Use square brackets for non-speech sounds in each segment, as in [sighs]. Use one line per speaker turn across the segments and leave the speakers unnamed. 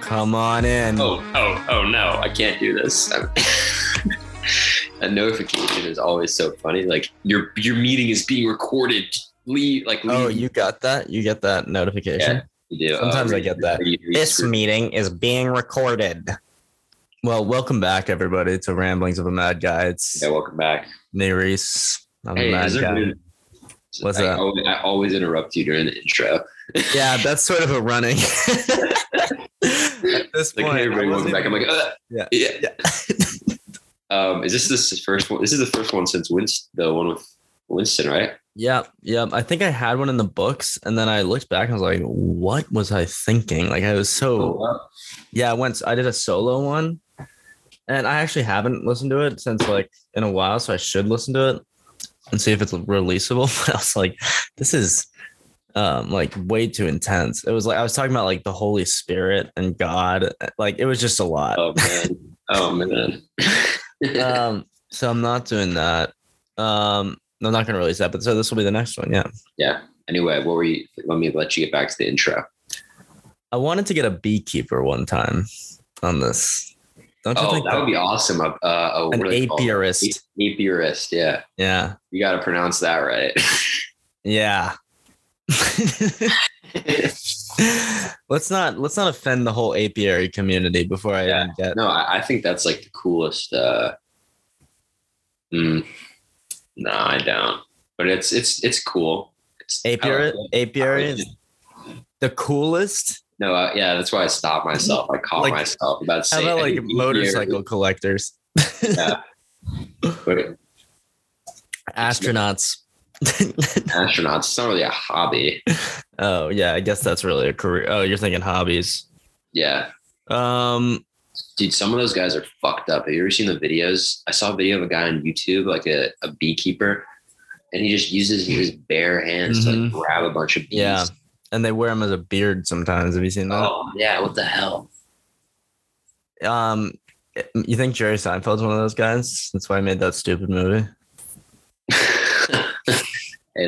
Come on in.
Oh, oh, oh no, I can't do this. [laughs] I'm- a notification is always so funny. Like your your meeting is being recorded. Leave like leave.
Oh, you got that? You get that notification?
Yeah, you do.
Sometimes I
read-
get that.
read- read-
This
read-
meeting is being recorded. Well, welcome back, everybody, to Ramblings of a Mad Guy. It's
Yeah, welcome back.
Nerys. I'm
Hey,
a
has
mad
there
guy.
been-
What's
I
up?
Always, I always interrupt you during the intro.
yeah, that's sort of a
[laughs]
running. At this
Like,
point,
hey, everybody,
I
welcome
wasn't
back. I'm like, uh,
Yeah.
yeah.
[laughs]
um, is this this the first one? This is the first one since Winston, the one with Winston, right?
Yep, yep. I think I had one in the books, and then I looked back and was like, "What was I thinking?" Like I was so
Oh, wow.
yeah. I went. I did a solo one, and I actually haven't listened to it since like in a while, so I should listen to it and see if it's releasable. [laughs] But I was like, "This is um like way too intense." It was like I was talking about like the Holy Spirit and God. Like it was just a lot.
[laughs] Oh man. Oh man.
um, so I'm not doing that. Um, I'm not gonna release that. But so this will be the next one. Yeah.
yeah. Anyway, what were you? Let me let you get back to the intro.
I wanted to get a beekeeper one time on this. Don't you
Oh,
think
that would be awesome. Uh, uh,
an
what are they called?
apiarist?
Apiarist. Yeah,
Yeah.
you got to pronounce that right. [laughs]
Yeah. [laughs] let's not let's not offend the whole apiary community before I
Yeah.
even get
no, I, I think that's like the coolest. Uh, mm, no, I don't. But it's it's it's cool. It's I
apiary
like it.
apiary
I like
is the coolest.
No, uh, yeah, that's why I stopped myself. I caught
Like-
myself about
How
saying
about
I
like
think
motorcycle collectors?
apiary- but
Astronauts.
astronauts. It's not really a hobby.
oh yeah, I guess that's really a career. Oh, you're thinking hobbies.
Yeah,
Um
dude, some of those guys are fucked up. Have you ever seen the videos? I saw a video of a guy on YouTube, like a, a beekeeper, and he just uses his bare hands to like grab a bunch of
Mm-hmm.
bees.
Yeah. and they wear them as a beard sometimes. Have you seen that?
Oh yeah, what the hell? [laughs] Oh.
Um, you think Jerry Seinfeld's one of those guys? That's why he made that stupid movie.
hey,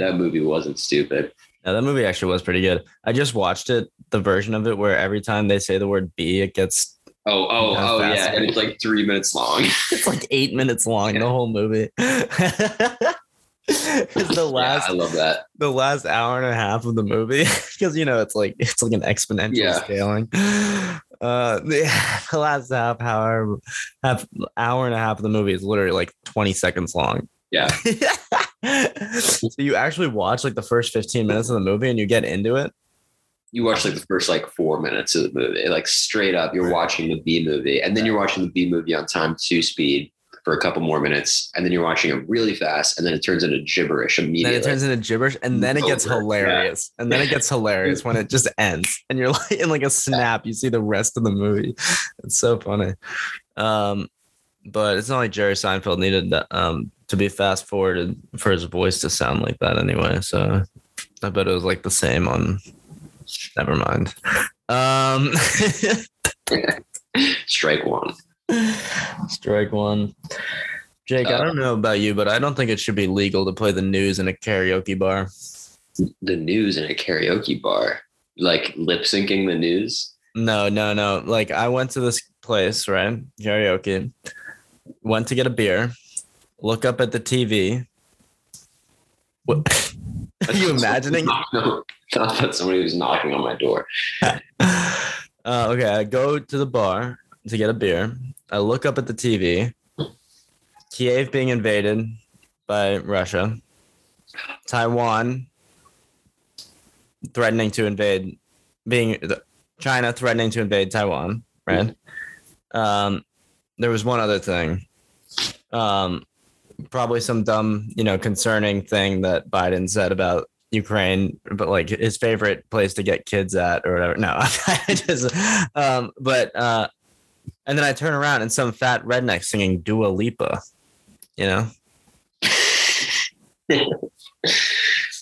that movie wasn't stupid.
Yeah, that movie actually was pretty good. I just watched it, the version of it where every time they say the word "bee," it gets
Oh, oh,
That's
oh yeah.
fascinating.
And it's like three minutes long.
it's like eight minutes long. The whole movie. [laughs] It's [laughs] the last,
yeah, I love that.
the last hour and a half of the movie, [laughs] because you know it's like it's like an exponential
Yeah.
scaling. [sighs] Uh, the, [laughs] the last half hour, half hour and a half of the movie is literally like twenty seconds long.
Yeah.
[laughs] so you actually watch like the first 15 minutes of the movie and you get into it
You watch like the first like four minutes of the movie, like straight up. You're watching the B movie, and then you're watching the B movie on time two speed for a couple more minutes, and then you're watching it really fast, and then it turns into gibberish
then
immediately.
it turns into gibberish and then it gets
Over, yeah.
hilarious and then it gets hilarious when it just ends and you're [laughs] like in like a snap you see the rest of the movie it's so funny um but it's not like jerry seinfeld needed that um to be fast forwarded for his voice to sound like that anyway so i bet it was like the same on never mind um [laughs]
Strike one.
Strike one. Jake, I
Uh,
don't know about you, but I don't think it should be legal to play the news in a karaoke bar.
The news in a karaoke bar, like lip syncing the news.
No, no, no. Like I went to this place, right? Karaoke. Went to get a beer. Look up at the TV. What? [laughs] Are
[laughs]
you imagining?
No, not that somebody was knocking on my door.
uh, okay, I go to the bar to get a beer. I look up at the TV. Kiev being invaded by Russia. Taiwan threatening to invade, being China threatening to invade Taiwan. Right. Um, there was one other thing. Um, probably some dumb, you know, concerning thing that Biden said about Ukraine, but like his favorite place to get kids at or whatever. No, [laughs] I just, um, but uh, and then I turn around and some fat redneck singing Dua Lipa, you know,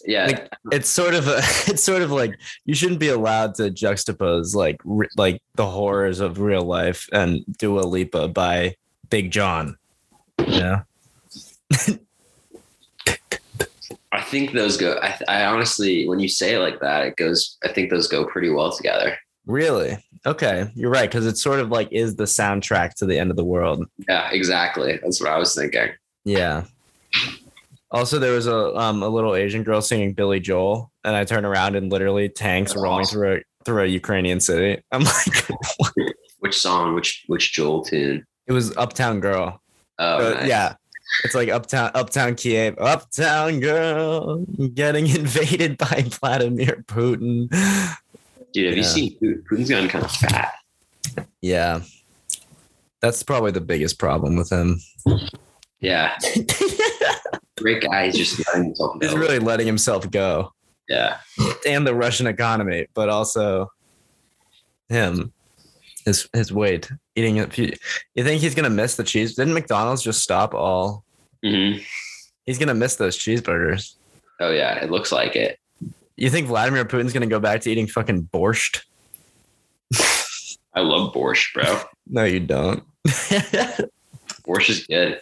Yeah,
Like, it's sort of a, [laughs] it's sort of like you shouldn't be allowed to juxtapose like re- like the horrors of real life and Dua Lipa by Big John. Yeah,
I think those go. I, I honestly, when you say it like that, it goes. I think those go pretty well together.
Really? Okay, you're right because it's sort of like is the soundtrack to the end of the world.
Yeah, exactly. That's what I was thinking.
Yeah. Also, there was a um, a little Asian girl singing Billy Joel, and I turned around and literally tanks
That's
rolling
awesome.
through a, through a Ukrainian city. I'm [laughs] like,
Which song? Which which Joel tune?
it was Uptown Girl.
Oh,
Uh,
nice.
Yeah. It's like uptown, uptown Kiev, uptown girl getting [laughs] invaded by Vladimir Putin.
dude. Have
Yeah.
you seen Putin? Putin's gotten kind of fat?
Yeah, that's probably the biggest problem with him. [laughs]
Yeah, great guy. He's just letting himself
He's
go.
really letting himself go,
yeah,
and the Russian economy, but also him, his his weight, eating. A few, you think he's gonna miss the cheese? Didn't McDonald's just stop all?
hmm
He's gonna miss those cheeseburgers.
oh yeah, it looks like it.
You think Vladimir Putin's gonna go back to eating fucking borscht?
I love borscht, bro.
No, you don't. Have
borscht is good.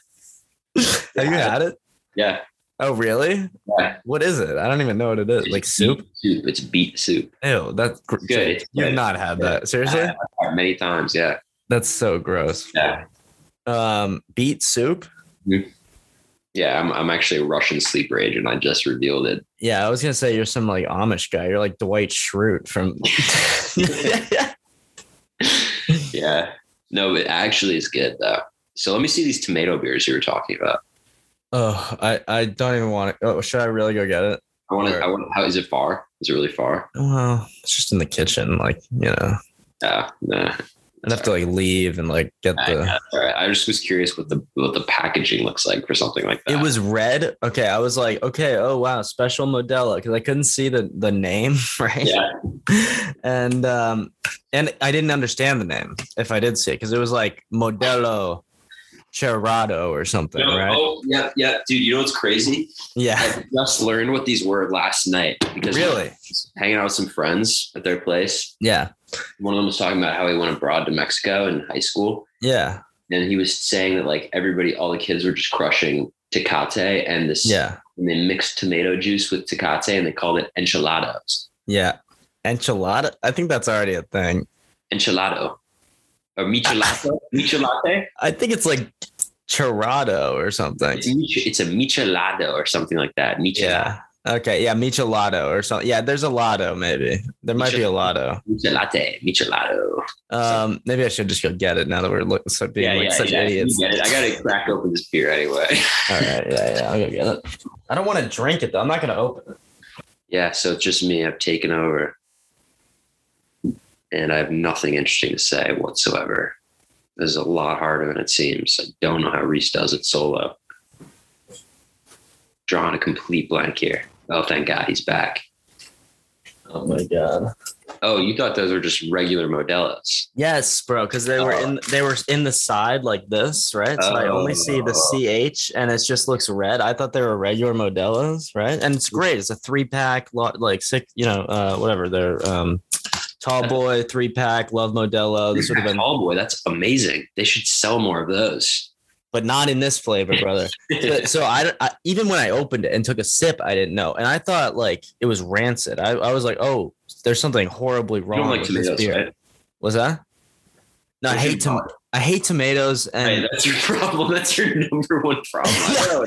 you had it?
Yeah,
Oh, really?
yeah.
What is it? I don't even know what it is. Like soup?
Soup. It's beet soup.
Ew, that's gr-
It's good. It's
You've
good.
not had that. Seriously?
Yeah, I've had it many times. Yeah,
That's so gross.
yeah,
Um, beet soup?
yeah. I'm I'm actually a Russian sleeper agent. I just revealed it.
Yeah, I was gonna say you're some like Amish guy. You're like Dwight Schrute
[laughs]
from. [laughs]
Yeah. No, but actually it's good though. So let me see these tomato beers you were talking about.
oh, I I don't even want to. Oh, should I really go get it?
I want
Sure.
to. I want. How is it far? Is it really far?
Well, it's just in the kitchen. Like you know,
Uh, nah.
I'd have to like leave and like get
I,
the.
all right. I just was curious what the what the packaging looks like for something like that.
It was red. Okay, I was like, okay, oh wow, special Modelo because I couldn't see the the name [laughs] right.
Yeah.
and um and I didn't understand the name if I did see it because it was like Modelo Cerrado or something,
No,
right?
Oh yeah, yeah, dude. You know what's crazy? [laughs]
Yeah.
I just learned what these were last night because I
Really?
was hanging out with some friends at their place.
Yeah.
One of them was talking about how he went abroad to Mexico in high school,
Yeah.
and he was saying that like everybody, all the kids were just crushing Tecate and this
Yeah.
and they mixed tomato juice with Tecate and they called it enchilados.
Yeah. Enchilada. I think that's already a thing.
Enchilado. Or michelato.
[laughs]
Michelate?
I think it's like Cerrado or something.
It's, mich- it's a michelado or something like that. Michelado.
Yeah. Okay. Yeah. Michelado or something. Yeah. There's a lotto, maybe. There might be a lotto.
Michelate. Michelado.
Um, maybe I should just go get it now that we're look, so being like such idiots.
[laughs] You get it. I gotta crack open this beer anyway. [laughs]
All right, yeah, yeah, I'll go get it. I don't want to drink it though. I'm not gonna open it.
yeah, so it's just me. I've taken over. And I have nothing interesting to say whatsoever. This is a lot harder than it seems. I don't know how Reese does it solo. Drawing a complete blank here. Oh, thank God he's back.
Oh my god.
Oh, you thought those were just regular Modelo's.
Yes, bro, because they were in they were in the side like this, right? So I only see the
Oh.
CH and it just looks red. I thought they were regular Modelo's, right? And it's great. It's a three pack, lot like six, you know, uh, whatever. They're um, Tall Boy three pack, Love Modelo. This would have been,
Oh boy, that's amazing. They should sell more of
[laughs]
those.
but not in this flavor,
[laughs]
brother. so, so I, I even when I opened it and took a sip, I didn't know, and I thought like it was rancid. I, I was like, oh, there's something horribly
you
wrong
don't like
with this
tomatoes,
beer.
right?
Was that? No, I
That's your
hate tom-
problem.
I hate tomatoes,
Hey,
and
that's your [laughs] problem. That's your number one
[laughs]
problem. I, know.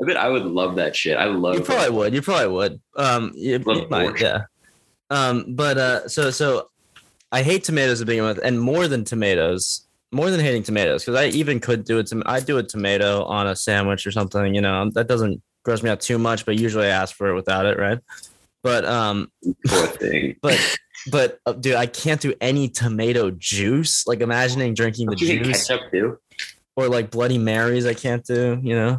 I bet I would love that shit. I love
you probably would. You probably would. Um, you, you
Love
might,
borscht.
yeah. Um, but uh, so so, I hate tomatoes to begin with, and more than tomatoes, more than hating tomatoes, because I even could do it. To, I do a tomato on a sandwich or something. You know, that doesn't gross me out too much, but usually I ask for it without it, right? But um,
[laughs] poor thing. [laughs]
but but uh, dude, I can't do any tomato juice. Like imagining drinking the
Don't you hate
juice
ketchup too?
or like Bloody Marys, I can't do. You know,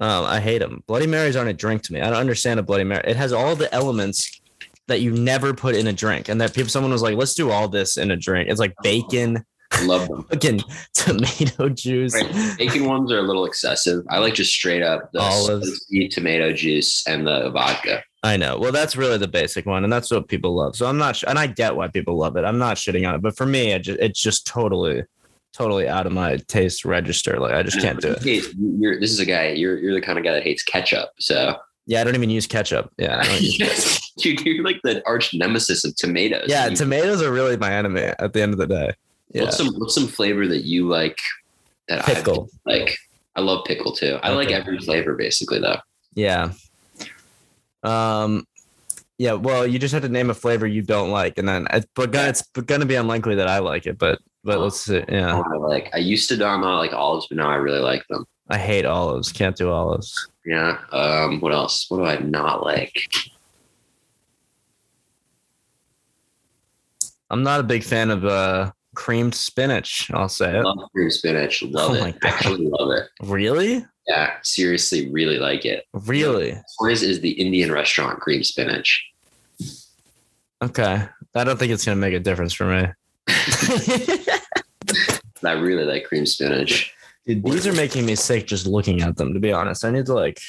um, I hate them. Bloody Marys aren't a drink to me. I don't understand a Bloody Mary. It has all the elements that you never put in a drink, and that people someone was like, let's do all this in a drink. It's like bacon,
I love them.
fucking [laughs] tomato juice.
Right. Bacon ones are a little excessive. I like just straight up the
Olives.
spicy tomato juice and the vodka.
I know. Well, that's really the basic one, and that's what people love. So I'm not, sh- and I get why people love it. I'm not shitting on it, but for me, it just, it's just totally, totally out of my taste register. Like I just can't do it.
Hey, You're, this is a guy. You're you're the kind of guy that hates ketchup. So
Oh,
[laughs]
Yeah, I don't even use ketchup. Yeah, I don't use-
Yes. Dude, you're like the arch nemesis of tomatoes.
Yeah,
You-
tomatoes are really my enemy at the end of the day. Yeah.
What's some what's some flavor that you like? That
Pickle.
I like. I love pickle too. I like
Okay.
every flavor basically though.
Yeah. Um yeah, well, you just have to name a flavor you don't like and then it's but gonna, it's gonna be unlikely that I like it, but but let's see. Yeah.
I like. I used to not not like olives, but now I really like them.
I hate olives. Can't do olives.
Yeah. Um. What else? What do I not like?
I'm not a big fan of uh creamed spinach, I'll say it.
Love cream spinach. Love
Oh
it.
my God.
Actually love it.
Really?
Yeah. Seriously, really like it.
Really?
Toys is the Indian restaurant cream spinach.
Okay. I don't think it's gonna make a difference for
[laughs]
me.
I really like cream spinach.
Dude, these are making me sick just looking at them, to be honest. I need to like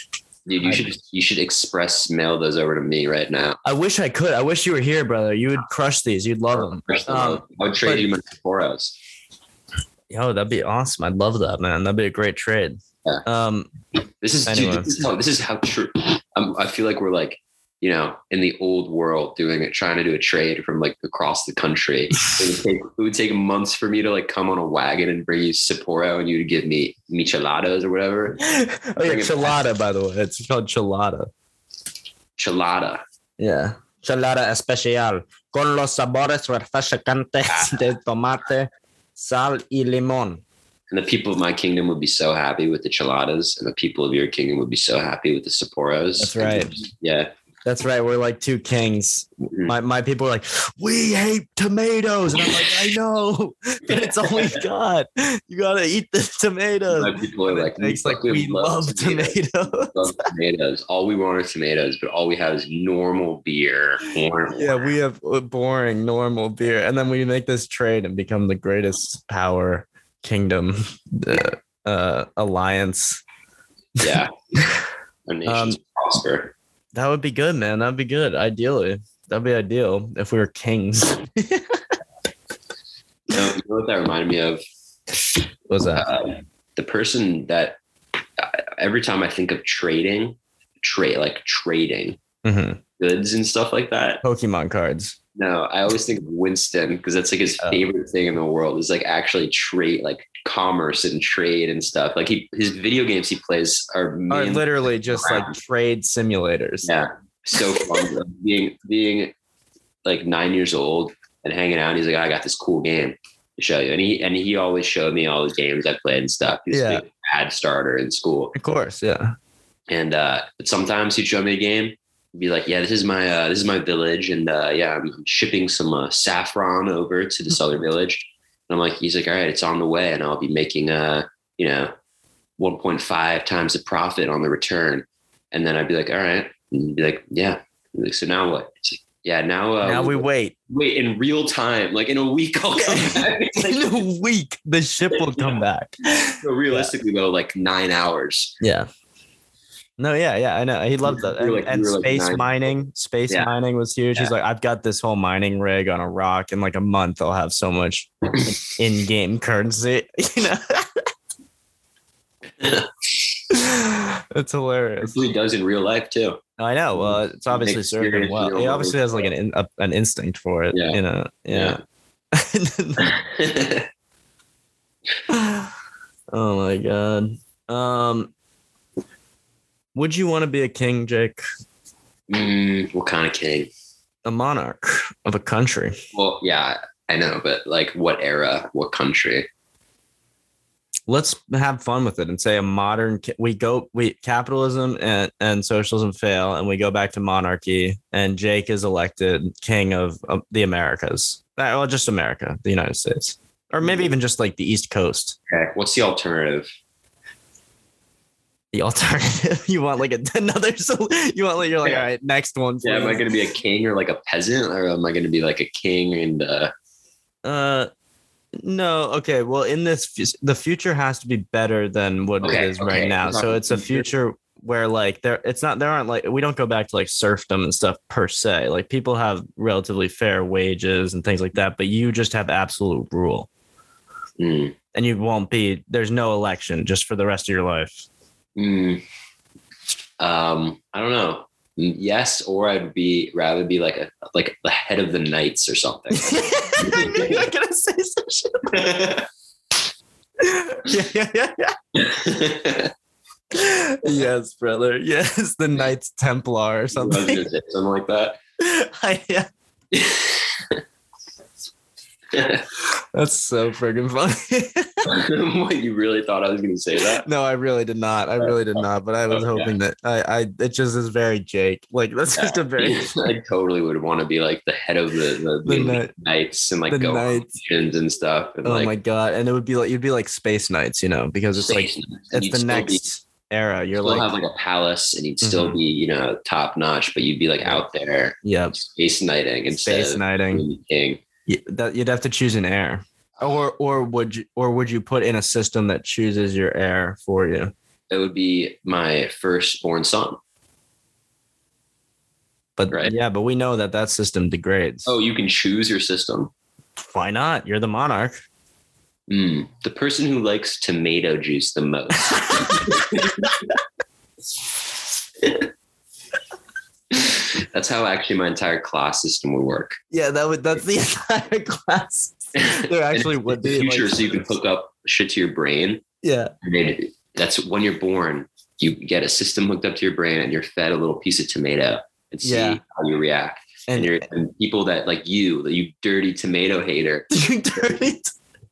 Dude, you
I-
should you should express mail those over to me right now.
I wish I could. I wish you were here, brother. You would crush these. You'd love them.
I would trade
Um, but-
you my Sephora's.
Yo, that'd be awesome. I'd love that, man. That'd be a great trade.
Yeah.
[laughs] Um,
This is
Anyway.
dude, this is how this is how true. I'm, I feel like we're like you know in the old world doing it, trying to do a trade from like across the
[laughs]
country. it, would take, it would take months for me to like come on a wagon and bring you Sapporo, and you'd give me micheladas or whatever.
oh, yeah,
Bring it
chilada, by the way. It's called chilada.
Chilada.
Yeah. Chilada especial con los sabores refrescantes de tomate, sal y limón.
And the people of my kingdom would be so happy with the chiladas, and the people of your kingdom would be so happy with the Sapporos.
That's right.
Yeah.
That's right. We're like two kings. My, my people are like, we hate tomatoes. And I'm like, I know, [laughs] but it's all we got. You got to eat the tomatoes.
My people are like,
It's like,
fucking
we love tomatoes.
love tomatoes. All we want are tomatoes, but all we have is normal beer.
Yeah, we have a boring, normal beer, and then we make this trade and become the greatest power kingdom uh, uh, alliance.
Yeah. Our nations prosper.
That would be good, man. That'd be good. Ideally, that'd be ideal if we were kings.
You know, you know what that reminded me of?
What's that?
Uh, the person that uh, every time I think of trading, trade like trading
hmm
goods and stuff like that.
Pokemon cards.
No, I always think of Winston because that's like his
Oh.
favorite thing in the world is like actually trade, like commerce and trade and stuff. Like he, his video games he plays are
Are
mainly
literally just like
Around.
trade simulators.
Yeah. So fun. bro. being being like nine years old and hanging out, and he's like, I got this cool game to show you. And he and he always showed me all the games I played and stuff. He was
Yeah.
a big bad starter in school.
Of course, yeah.
And uh but sometimes he'd show me a game, he'd be like, Yeah, this is my uh this is my village and uh yeah, I'm, I'm shipping some uh, saffron over to this other
Mm-hmm.
village. And I'm like, he's like, All right, it's on the way and I'll be making uh, you know, 1.5 times the profit on the return. And then I'd be like, all right. And he'd be like, yeah. He'd be like, so now what? It's like, yeah, now, uh,
now we wait.
wait in real time, like in a week, I'll come back. It's
[laughs]
like,
In a week, the ship will come back.
so realistically, though, like nine hours.
Yeah. No, yeah, yeah, I know. He loved that.
We
And,
were like- we
and
were like
space
nine-
mining, space
Yeah.
mining was huge. He's like, I've got this whole mining rig on a rock. In like a month, I'll have so
[clears throat]
much in-game currency. [laughs] You
[laughs]
know, that's hilarious.
That's what he does in real life, too.
I know. Well, it's obviously
Makes
serving him
serious
well.
real
He
world.
obviously has like an in, a, an instinct for it.
Yeah.
You know. Yeah.
Yeah.
[laughs]
[laughs]
oh my god. Um, would you want to be a king, Jake?
Mm, what kind of king?
A monarch of a country.
Well, yeah, I know, but like what era, what country?
let's have fun with it and say a modern ca- we go we capitalism and, and socialism fail and we go back to monarchy and jake is elected king of, of the americas Uh, well just america the united states or maybe even just like the east coast
Okay. What's the alternative?
the alternative [laughs] you want like a, another so you want like you're like
Yeah.
all right next one
Yeah, am I
please."
going to be a king or like a peasant, or am I going to be like a king and uh,
uh no okay well in this fu- the future has to be better than what
Okay,
it is
okay,
right now
we're
so
talking
it's a future where like there it's not there aren't like we don't go back to like serfdom and stuff per se like people have relatively fair wages and things like that but you just have absolute rule
mm,
and you won't be there's no [laughs] election just for the rest of your life
mm, um, I don't know. Yes, or I'd be rather be like a like the head of the knights or [laughs] something.
I knew you were gonna say some shit. Yeah, yeah, yeah, yeah. [laughs] Yes, brother. Yes, the Knights Templar or something.
Something like that.
[laughs]
[laughs]
I- yeah, that's so friggin' funny.
what you really thought I was going to say that?
no, I really did not. I really did not. But I was
Okay.
hoping that I, I, it just is very Jake. Like [laughs] that's just a very
[laughs] I totally would want to be like the head of the the,
The
the
knight-
knights and
the
like go on
knights.
missions and stuff. And
Oh
like,
my god! And it would be like you'd be like Space Knights, you know, because it's like
stations. And
it's
you'd
the
still
next
Be,
era. You're
still
like, Mm-hmm.
have like a palace, and you'd still be you know top notch, but you'd be like out there
yeah,
space knighting instead
Space
of
Knighting.
being king.
Y- That you'd have to choose an heir, or or would you or would you put in a system that chooses your heir for you?
It would be my firstborn son.
But
Right.
yeah, but we know that that system degrades.
Oh, you can choose your system.
why not? You're the monarch.
Mm, the person who likes tomato juice the most. [laughs] That's how actually my entire class system would work.
Yeah, that would that's
[laughs]
the entire class. There actually would be
The
like-
future, so you can hook up shit to your brain.
yeah,
And it- that's when you're born. You get a system hooked up to your brain, and you're fed a little piece of tomato and see
Yeah.
how you react. And,
and
you're and people that like you, that you dirty tomato hater,
[laughs] you dirty.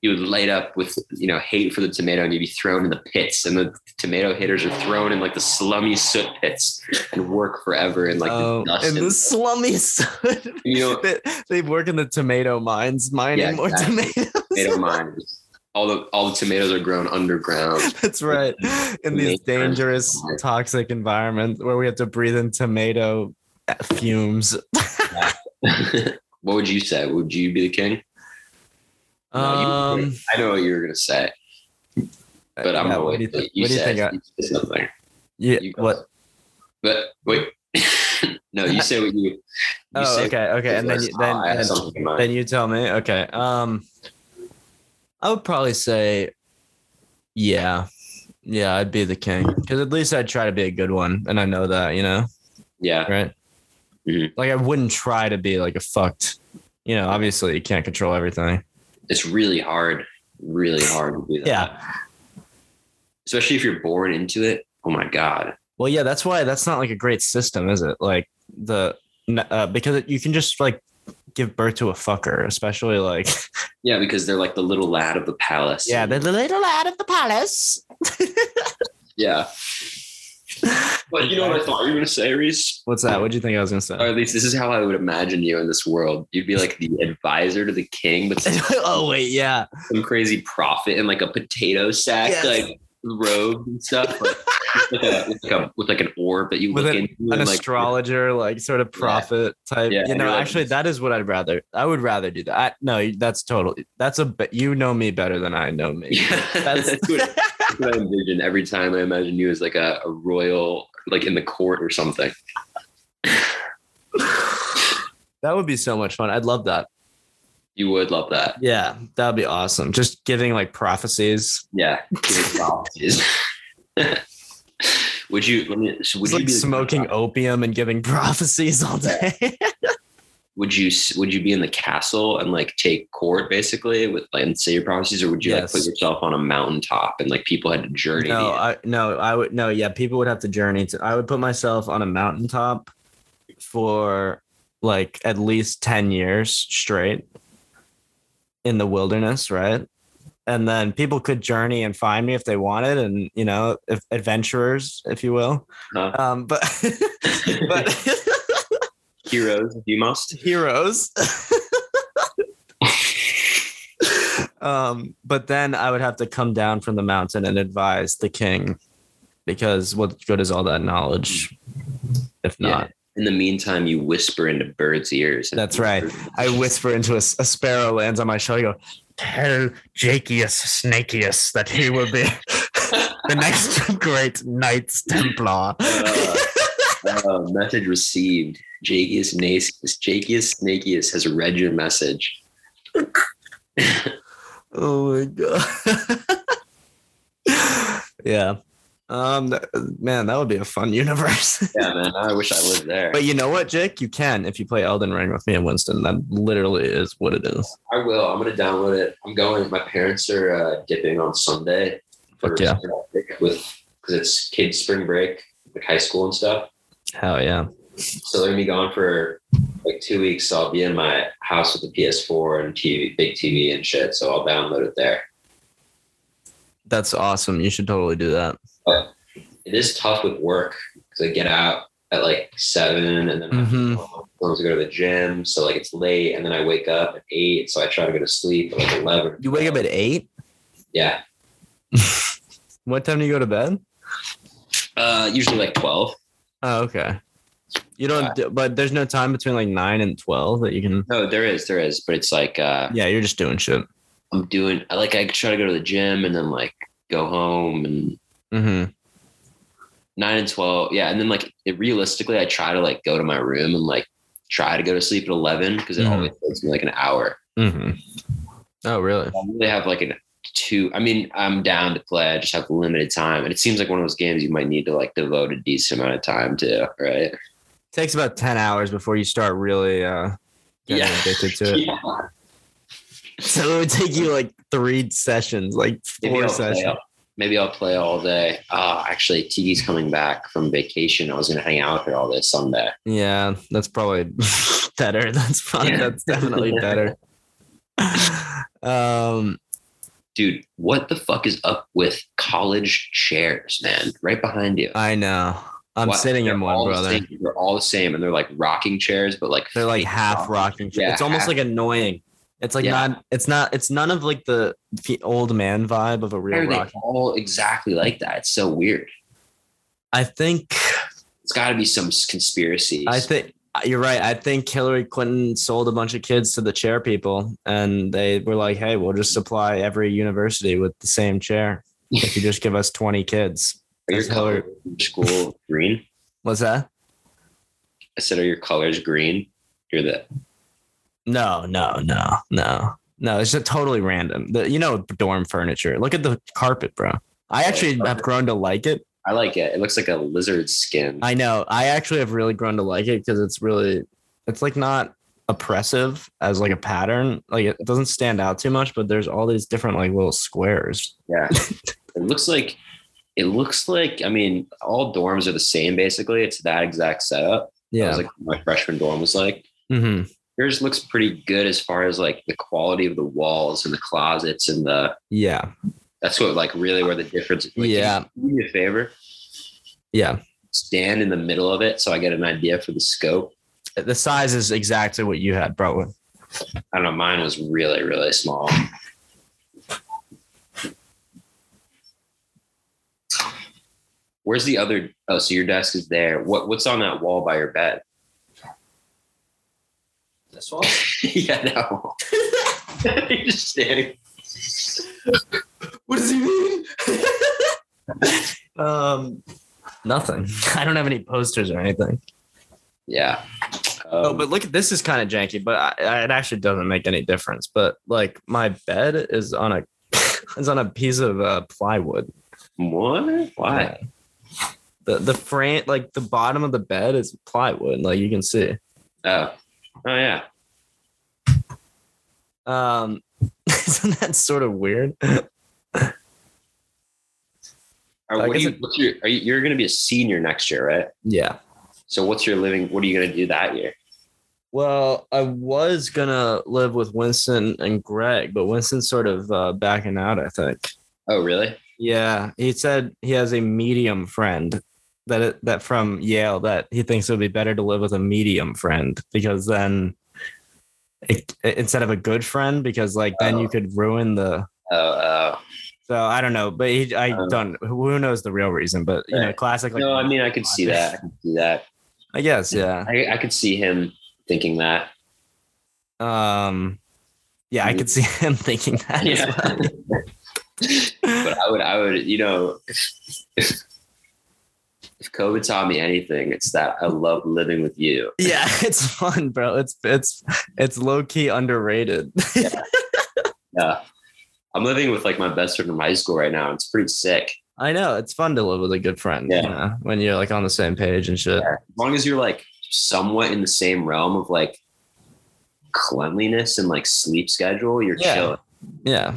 you would light up with you know hate for the tomato and you'd be thrown in the pits and the tomato haters are thrown in like the slummy soot pits and work forever in like
Oh,
the dust
and
and,
the slummy [laughs] son.
you know
they, they work in the tomato mines mining
Yeah,
more
exactly.
tomatoes.
tomato mines all the all the tomatoes are grown underground
[laughs]
[laughs]
That's right. In these
Make friends
dangerous,
with
toxic environments where we have to breathe in tomato uh, fumes.
what would you say would you be the king No, you-
Um, uh,
i know what you were going to say but i'm
yeah,
gonna
what do you think?
wait till
What do you
said
think? I-
it's nothing
Yeah,
You go.
what?
but wait [laughs] no you say what you, you
[laughs] Oh,
say
okay, okay, and then
first.
you- then
I have
then,
something in mind.
then you tell me. Okay. Um, I would probably say, yeah, yeah, I'd be the king because at least I'd try to be a good one, and I know that you know.
yeah
right?
Mhm.
Like I wouldn't try to be like a fucked. You know, obviously you can't control everything.
it's really hard, really hard to do that.
Yeah.
Especially if you're born into it. Oh my God.
Well, yeah, that's why that's not like a great system, is it? Like the uh, because you can just like give birth to a fucker, especially
[laughs]
like
Yeah, because they're like the little lad of the palace.
yeah, the little lad of the palace.
Yeah. But you know what I thought you were going to say, Reese?
What's that? What do you think I was gonna
Or
say?
at least this is how I would imagine you in this world. You'd be like the advisor to the
[laughs]
king, but some,
[laughs] oh wait, yeah,
some crazy prophet in like a potato sack,
Yes.
like robe and stuff. Like, with, a, with, like a, with like an orb that you
With
look
an-
into.
an
and like,
astrologer, like sort of prophet type. you
Yeah, and
know,
you're like-
actually, that is what I'd rather. I would rather do that. I, no, that's totally. That's a. bit- You know me better than I know me.
[laughs] Yeah,
That's-
that's, what, that's what I envision every time. I imagine you as like a, a royal, like in the court or something.
That would be so much fun. I'd love that.
You would love that.
Yeah, that would be awesome. Just giving like prophecies.
Yeah. [laughs] would you? Let me, so would
It's
you
like
be
smoking opium and giving [laughs] prophecies all day.
Would you? s- Would you be in the castle and like take court basically with like and say your prophecies, or would you
Yes.
like put yourself on a mountaintop and like people had to journey?
no,
the-
I no, I would no, yeah, people would have to journey to I would put myself on a mountaintop for like at least 10 years straight in the wilderness, right? And then people could journey and find me if they wanted, and you know, if adventurers, if you will.
Huh.
Um, but [laughs] but
[laughs] heroes, you must.
heroes. um, but then I would have to come down from the mountain and advise the king, because what good is all that knowledge if
Yeah.
not?
In the meantime, you whisper into birds' ears. and-
That's right. I whisper into a, s- a sparrow lands on my shoulder. I go, Tell Jakius Snakius that he will be [laughs] the next [laughs] great Knights Templar. [laughs]
Uh, uh, message received. Jakius Nacius. Jakius Snakius has read your message.
Oh my god. yeah. Um, th- man, that would be a fun universe. [laughs]
Yeah, man. I wish I lived there.
but you know what, Jake? You can if you play Elden Ring with me and Winston. That literally is what it is.
I will. I'm gonna download it. I'm going. My parents are uh, dipping on Sunday for
Fuck yeah.
spring break with because it's kids' spring break, like high school and stuff.
Hell yeah.
So they're gonna be gone for like two weeks. So I'll be in my house with the PS4 and TV, big TV and shit. So I'll download it there.
That's awesome. You should totally do that.
It is tough with work because I get out at like seven and then
Mhm.
sometimes I go to the gym. So like it's late and then I wake up at eight. So I try to go to sleep at like eleven.
You wake up at eight.
yeah,
What time do you go to bed?
uh, usually like twelve.
Oh, okay. You don't, do- but there's no time between like nine and twelve that you can.
No, there is, there is, but it's like uh,
Yeah, you're just doing shit.
I'm doing. I like I try to go to the gym and then like go home and
Mm-hmm.
nine and twelve, yeah, and then like it, realistically, I try to like go to my room and like try to go to sleep at eleven because it
Mhm.
always takes me like an hour.
Mm-hmm. Oh, really?
I really have like an two. I mean, I'm down to play. I just have limited time, and it seems like one of those games you might need to like devote a decent amount of time to, right?
takes about ten hours before you start really uh, getting
Yeah.
addicted
[laughs]
to it. So it would take you like three sessions, like
Maybe
four
I'll, play,
sessions.
all- maybe I'll play all day. Ah, actually, Tiki's coming back from vacation. I was gonna hang out with her all day Sunday.
Yeah, that's probably [laughs] better. That's fun.
Yeah.
That's
[laughs]
definitely better. um,
dude, what the fuck is up with college chairs, man? Right behind you.
I know. I'm
What-
sitting
they're
in one,
all the
brother.
same- they're all the same, and they're like rocking chairs, but like
They're like half
rocking.
rocking.
Yeah,
it's almost
half.
like annoying. It's like
Yeah.
not. It's not. It's none of like the, the old man vibe of a
Why
real
are they
rock.
all exactly like that? It's so weird.
I think.
It's got to be some s- conspiracies.
I think you're right. I think Hillary Clinton sold a bunch of kids to the chair people, and they were like, "Hey, we'll just supply every university with the same chair if you just give us 20 kids."
are your
that's how
colors in school green?
What's that?
I said, are your colors green? You're the
No, no, no, no, no. It's just totally random. The, you know, dorm furniture. Look at the carpet, bro. I
Yeah,
actually have
carpet.
grown to like it.
I like it. It looks like a lizard skin.
I know. I actually have really grown to like it because it's really, it's like not oppressive as like a pattern. Like it doesn't stand out too much, but there's all these different like little squares.
yeah, it looks like it looks like. I mean, all dorms are the same basically. It's that exact setup. That
Yeah.
was like what my freshman dorm was like.
hmm
yours looks pretty good as far as like the quality of the walls and the closets and the
Yeah.
that's what like really where the difference like,
Yeah.
can you do me a favor
Yeah.
stand in the middle of it so i get an idea for the scope
The size is exactly what you had, bro.
i don't know mine was really really small where's the other oh so your desk is there what what's on that wall by your bed [laughs]
This one?
yeah no [laughs] you're just standing
What does he mean? [laughs] um, nothing. [laughs] I don't have any posters or anything.
yeah um,
Oh, but look at this is kind of janky, but I, I, it actually doesn't make any difference. But like my bed is on a [laughs] is on a piece of uh, plywood.
what why
The the frame like the bottom of the bed is plywood, like you can see.
Oh, oh yeah.
Um, [laughs] isn't that sort of weird?
Are,
I
what
guess
do you,
it-
what's your, are you, you're going to be a senior next year, right?
Yeah.
So what's your living? What are you going to do that year?
Well, I was gonna live with Winston and Greg, but Winston's sort of uh, backing out. I think.
Oh, really?
Yeah, he said he has a medium friend that it, that from Yale that he thinks it would be better to live with a medium friend because then, it, instead of a good friend, because like then you could ruin the.
Oh, uh,
So I don't know, but he, I
Oh.
don't. Who knows the real reason? But you know,
Right.
classic. Like,
no, I mean, I could see that. I could see that.
I guess yeah.
I, I could see him thinking
[laughs]
that.
Um, yeah, I could see [laughs] him thinking that. as
Mm. Yeah. but I would, I would, you know, if COVID taught me anything, it's that I love living with you.
Yeah, [laughs] it's fun, bro. It's it's it's low key underrated. [laughs]
Yeah. I'm living with like my best friend from high school right now. and It's pretty sick.
I know it's fun to live with a good friend.
Yeah.
you know, when you're like on the same page and shit.
As long as you're like somewhat in the same realm of like cleanliness and like sleep schedule, you're
Yeah.
chilling.
Yeah,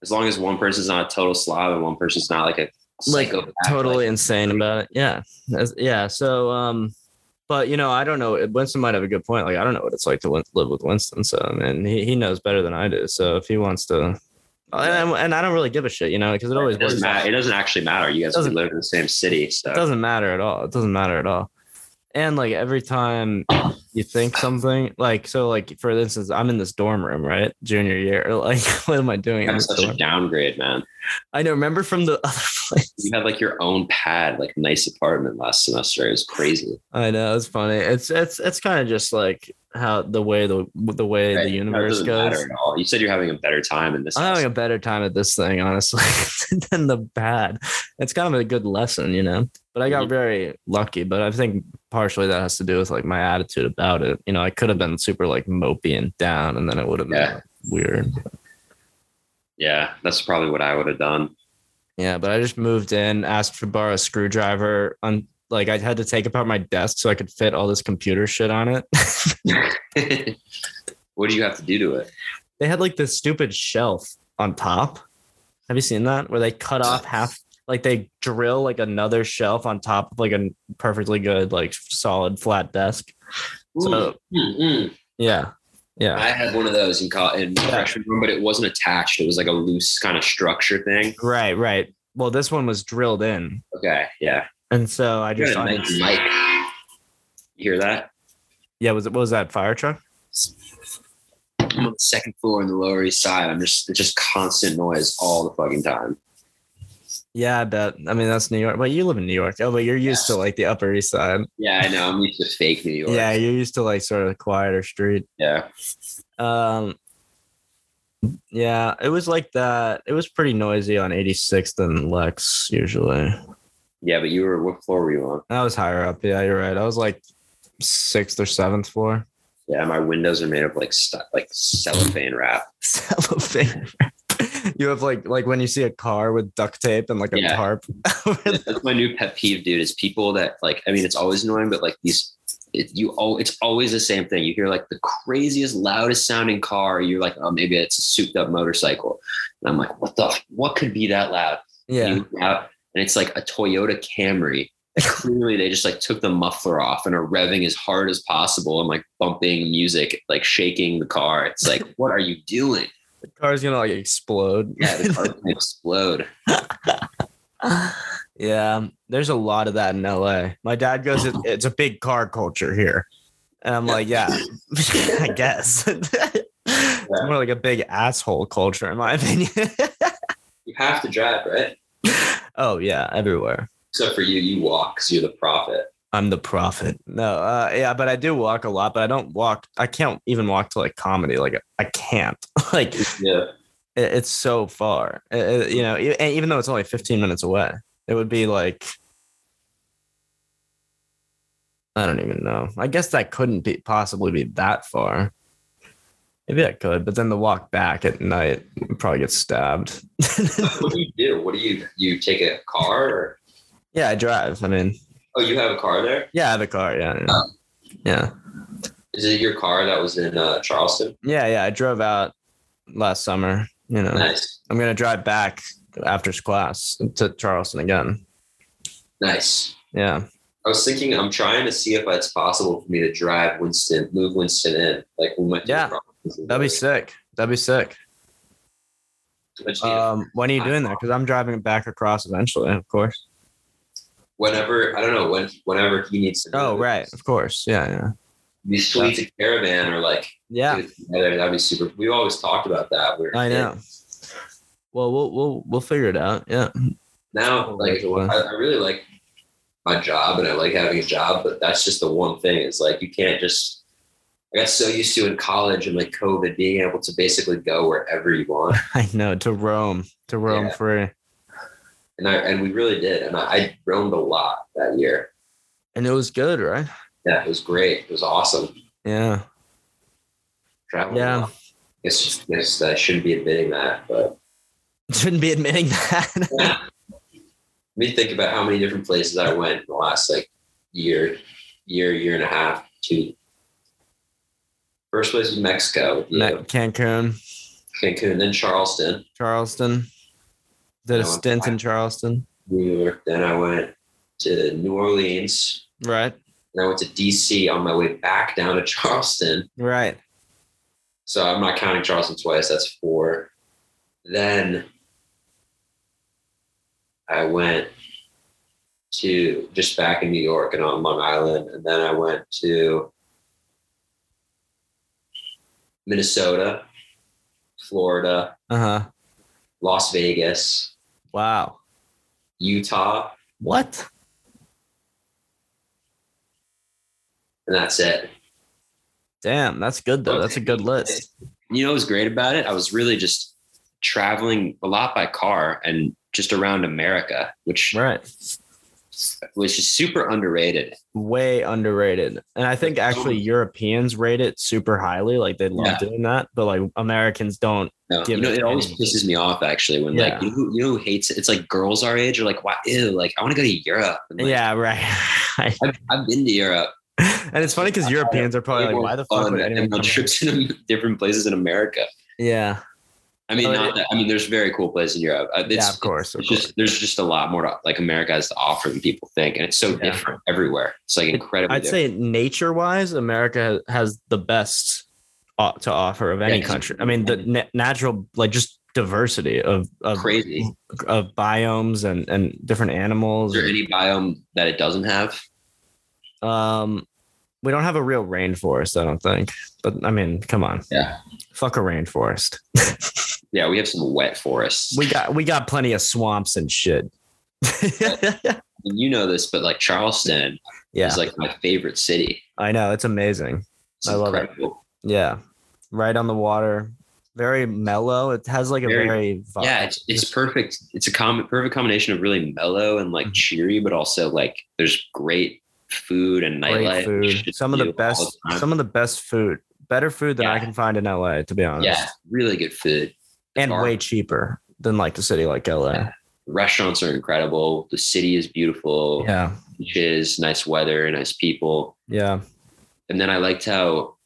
As long as one person's not a total slob and one person's not like a
Like,
psychopath,
totally insane about it. Yeah, As- yeah. So, um, but you know, I don't know. Winston might have a good point. Like, I don't know what it's like to win- live with Winston. So, and he he knows better than I do. So, if he wants to, and, and I don't really give a shit, you know, because it always
it doesn't
works out.
matter. It doesn't actually matter. You guys
Doesn't-
live in the same city, so
It doesn't matter at all. It doesn't matter at all. And like every time you think something, like so, like for instance, I'm in this dorm room, right? Junior year. [laughs] Like, what am I doing? in
that's
this
such a
dorm?
downgrade, man.
I know. Remember from the [laughs] other place.
You had like your own pad, like nice apartment last semester. It was crazy.
I know it's funny. It's it's it's kind of just like how the way the the way
Right?
the
No, it
universe
doesn't
goes.
matter at all. You said you're having a better time in this.
I'm having
house.
a better time at this thing, honestly, [laughs] than the bad. It's kind of a good lesson, you know. But I got
Mhm.
very lucky. But I think partially that has to do with like my attitude about it. You know, I could have been super like mopey and down, and then it would have been
Yeah.
like, weird.
yeah, that's probably what I would have done. [laughs]
Yeah, but I just moved in, asked for borrow a screwdriver. On like I had to take apart my desk so I could fit all this computer shit on it. [laughs]
what do you have to do to it?
they had like this stupid shelf on top. Have you seen that? Where they cut off half, like they drill like another shelf on top of like a perfectly good, like solid flat desk. So-
Mm, mm.
Yeah. Yeah.
I had one of those in college, in freshman room, but it wasn't attached. It was like a loose kind of structure thing.
Right. Right. Well, this one was drilled in.
Okay, yeah.
And so I
You
just,
got a nice mic. You hear that?
yeah, was it, what was that fire truck?
I'm on the second floor in the Lower East Side. I'm just it's just constant noise all the fucking time.
Yeah, I bet. I mean, that's New York. But you live in New York. Oh, but you're used to like the Upper East Side.
Yeah, I know. I'm used to fake New York.
Yeah, you're used to like sort of quieter street.
yeah.
Um, yeah, it was like that. It was pretty noisy on 86th and Lex usually.
Yeah, but you were what floor were you on?
I was higher up. Yeah, you're right. I was like sixth or seventh
[laughs]
floor.
Yeah, my windows are made of like stu like cellophane wrap.
Cellophane. you have like like when you see a car with duct tape and like a
Yeah.
tarp.
That's my new pet peeve, dude. Is people that like I mean, it's always annoying, but like these, it, you all it's always the same thing. You hear like the craziest, loudest sounding car. You're like, oh, maybe it's a souped up motorcycle. And I'm like, what the? What could be that loud?
yeah.
you out, and it's like a Toyota Camry. Like clearly, they just like took the muffler off and are revving as hard as possible and like bumping music, like shaking the car. It's like, what are you doing?
The car's gonna like explode.
Yeah, the car can explode.
yeah, um, there's a lot of that in LA. My dad goes, "It- it's a big car culture here. And I'm like, yeah, [laughs] I guess. [laughs] It's more like a big asshole culture, in my [laughs] opinion.
You have to drive, right?
oh, yeah, everywhere.
Except for you, you walk because you're the prophet.
I'm the prophet. No, uh, yeah, but I do walk a lot, but I don't walk. I can't even walk to like comedy. Like, I can't. [laughs] like, it,
Yeah,
it's so far. It- it- you know, e- and even though it's only 15 minutes away, it would be like, I don't even know. I guess that couldn't be possibly be that far. Maybe I could, but then the walk back at night would probably get stabbed.
what do you do? What do you you take a car or
yeah, I drive. I mean,
oh, you have a car there?
yeah, I have a car. Yeah, yeah,
Oh.
yeah,
Is it your car that was in uh, Charleston?
yeah, yeah. I drove out last summer. You know,
Nice,
I'm gonna drive back after class to Charleston again.
nice.
Yeah.
I was thinking, I'm trying to see if it's possible for me to drive Winston, move Winston in. Like we might. do
Yeah,
a problem.
That'd be sick. That'd be sick.
I just need-
Um, when are you doing that? Because I'm driving back across eventually, of course.
whenever I don't know when, whenever he needs to.
Oh,
move.
right, of course. Yeah, yeah,
These fleets of caravan or like
yeah.
get it together, That'd be super. We've always talked about that. We're
I know. Well, we'll we'll we'll figure it out. Yeah, [laughs]
now. Like
Well,
I, I really like my job and I like having a job, but that's just the one thing. Is like you can't just. I got so used to in college and like COVID being able to basically go wherever you
[laughs]
want.
I know. To Rome, to Rome
Yeah.
free,
and I and we really did, and I, I roamed a lot that year.
and it was good, right?
Yeah, it was great. It was awesome.
Yeah,
Traveling.
Yeah.
a lot. Guess, guess I shouldn't be admitting that, but
[laughs] shouldn't be admitting that.
Let me think about how many different places I went in the last like year, year, year and a half. Two. First place was Mexico. with you.
Ne- Cancun,
Cancun, then Charleston,
Charleston. Did a
No, I'm
stint in
fine.
Charleston,
New York. Then I went to New Orleans.
right?
Then I went to DC on my way back down to [laughs] Charleston.
Right.
So I'm not counting Charleston twice. That's four. Then I went to just back in New York and on Long Island, and then I went to Minnesota, Florida,
Uh huh.
Las Vegas,
Wow.
Utah,
What?
and that's it.
Damn, that's good though. That's a good list.
You know what was great about it? I was really just traveling a lot by car and just around America, which
Right.
was just super underrated.
Way underrated. And I think actually Europeans rate it super highly. Like they love
Yeah.
doing that, but like Americans don't.
No,
give
you know,
it
it always
any-
pisses me off actually when
Yeah.
like you know, who- you know who hates it. It's like girls our age are like, wow, ew, like I want to go to Europe. And, like,
yeah, right. [laughs]
I've, I've been to Europe.
and it's funny because Europeans are probably like, why the fuck
Fun
would anyone
and
come
on
here?
trips in [laughs] different places in America.
Yeah.
I mean,
Oh,
not that, I mean, there's very cool places in Europe. Uh, It's,
yeah, of course. Of
it's
course.
just there's just a lot more to, like America has to offer than people think, and it's so
Yeah.
different everywhere. It's like incredibly.
I'd say nature wise, America ha- has the best o- to offer of any
Yeah, 'cause-
country. I mean, the na- natural, like just diversity of, of,
different. crazy.
of biomes and, and different
Is
animals.
there any biome that it doesn't have?
Um, we don't have a real rainforest, I don't think. But I mean, come on.
Yeah.
Fuck a rainforest.
Yeah, we have some wet forests.
We got we got plenty of swamps and shit. [laughs]
you know this, but like Charleston
yeah,
is like my favorite city.
I know. It's amazing.
It's
I love it.
incredible.
Yeah. Right on the water. Very mellow. It has like a
Very-
very vibe.
Yeah, it's, it's perfect. It's a com- perfect combination of really mellow and
Mm-hmm.
like cheery, but also like there's great food and
great
nightlife.
food.
It's
Some of the
beautiful all
best
the time.
some of the best food. Better food than I
Yeah.
can find in LA, to be honest.
yeah, really good food.
And
Or-
way cheaper than like a city like LA.
Restaurants are incredible. The city is beautiful.
Yeah.
Beaches, nice weather, nice people.
Yeah.
And then I liked how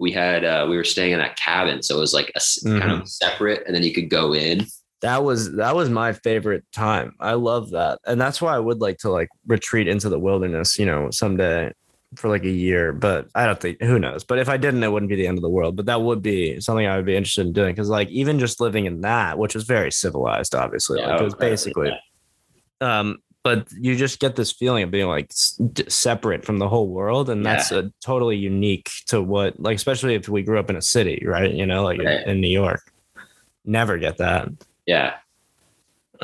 we had uh, we were staying in that cabin, so it was like a s kind
Mm-hmm.
of separate, and then you could go in.
that was that was my favorite time i love that and that's why i would like to like retreat into the wilderness you know someday for like a year but i don't think who knows but if i didn't it wouldn't be the end of the world but that would be something i would be interested in doing because like even just living in that which was very civilized obviously
Yeah,
like it was
okay.
basically um but you just get this feeling of being like s- d- separate from the whole world and
Yeah.
that's a totally unique to what like especially if we grew up in a city right you know like in-
Right.
in new york never get that
Yeah,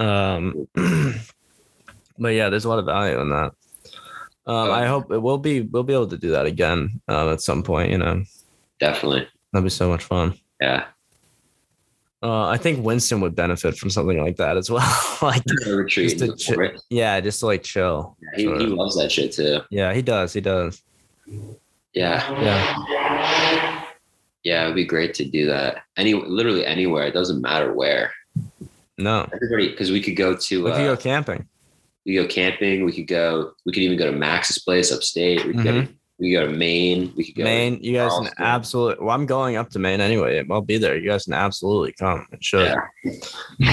um, [clears throat] but yeah, there's a lot of value in that. Um, I hope it will be. We'll be able to do that again um, at some point. You know,
definitely.
that'd be so much fun.
Yeah,
Uh, I think Winston would benefit from something like that as well. [laughs] like,
retreat.
Just a chi- yeah, just to like chill.
He, he loves that shit too.
Yeah, he does. He does.
Yeah,
Yeah,
yeah, it'd be great to do that. Any, literally anywhere. It doesn't matter where.
no,
Everybody, because we could go to
we could
uh,
go camping.
we could go camping. We could go. We could even go to Max's place upstate. We could, go, to, we could go to Maine. We could go.
Mm-hmm. Maine, you guys can
Charleston.
absolutely. Well, I'm going up to Maine anyway. I'll be there. You guys can absolutely come. It should.
Yeah.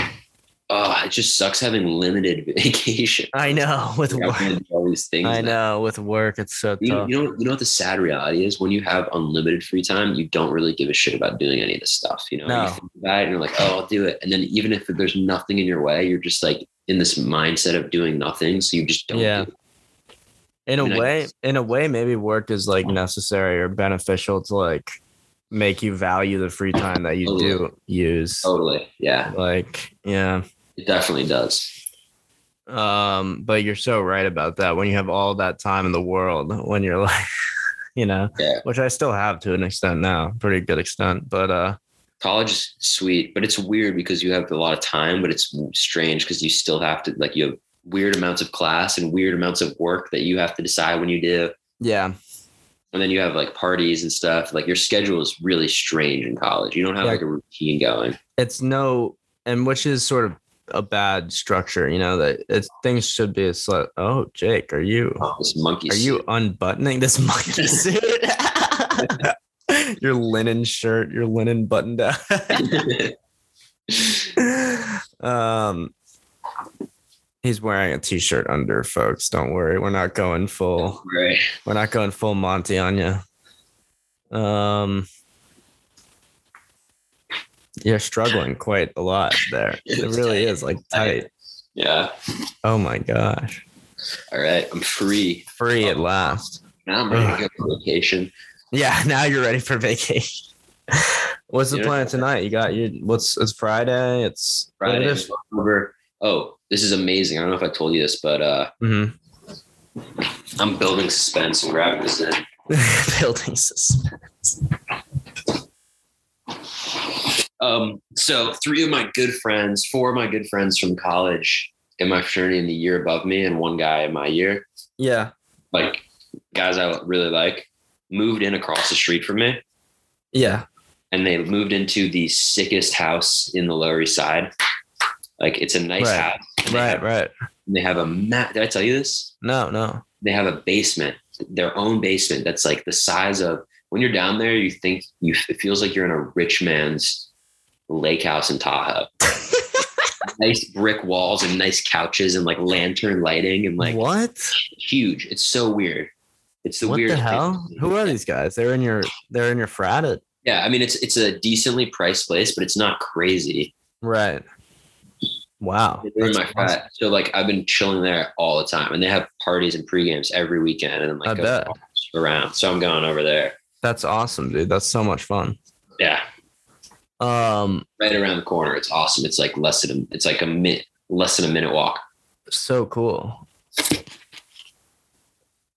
Oh, it just sucks having limited [laughs] vacation.
I know with
Like, I've
work.
been to all these things.
I
now.
know with work. It's so
You,
tough.
you know, you know what the sad reality is? When you have unlimited free time, you don't really give a shit about doing any of this stuff. You know,
No.
you think about it and you're like, oh, I'll do it. And then even if there's nothing in your way, you're just like in this mindset of doing nothing. So you just don't.
Yeah.
do it.
in a
And I
way
guess-
in a way maybe work is like necessary or beneficial to like make you value the free time that you do use
Totally. Yeah,
like yeah
it definitely does.
um but you're so right about that when you have all that time in the world when you're [laughs] like you know
Yeah.
which i still have to an extent now pretty good extent but uh
College is sweet, but it's weird because you have a lot of time, but it's strange because you still have to like you have weird amounts of class and weird amounts of work that you have to decide when you do.
yeah
and then you have like parties and stuff. Like your schedule is really strange in college. You don't have
Yeah.
like a routine going.
it's no and which is sort of a bad structure. You know that it's, things should be a sl- Oh, Jake, are you
Oh, this monkey.
are you unbuttoning this monkey suit? [laughs] your linen shirt, your linen button down. [laughs]
suit.
um, he's wearing a t-shirt under, folks. Don't worry, we're not going full.
[laughs] right?
We're not going full Monty on you. Um, you're struggling quite a lot there. It
It's
really
tight.
is like tight.
Yeah.
Oh my gosh,
All right. I'm free.
free at last.
Now I'm ready to go on vacation.
Yeah, [laughs] now you're ready for vacation. What's the
Yeah.
plan tonight? You got your what's it's Friday. It's
Friday.
It is-
Over. Oh, this is amazing. I don't know if I told you this, but uh,
Mhm.
I'm building suspense and wrapping this in.
[laughs] Building suspense.
Um, so three of my good friends, four of my good friends from college in my fraternity in the year above me, and one guy in my year,
Yeah,
like guys I really like, moved in across the street from me,
yeah.
and they moved into the sickest house in the Lower East Side. Like it's a nice
Right.
house. and they
Right,
have-
right.
and They have a mat. Did I tell you this?
No, no.
They have a basement, their own basement that's like the size of. When you're down there, you think you. It feels like you're in a rich man's lake house in
[laughs]
Tahoe. nice brick walls and nice couches and like lantern lighting and like
what?
huge. It's so weird. It's the
what
weird.
the hell? Who are these guys? They're in your they're in your frat. At,
Yeah, I mean it's it's a decently priced place, but it's not crazy.
Right. Wow.
They're in
That's
my
awesome.
frat, so like I've been chilling there all the time, and they have parties and pregames every weekend, and like
I
go
bet.
around. So I'm going over there.
That's awesome, dude. That's so much fun.
Yeah,
Um,
right around the corner. It's awesome. It's like less than a, it's like a minute less than a minute walk.
so cool.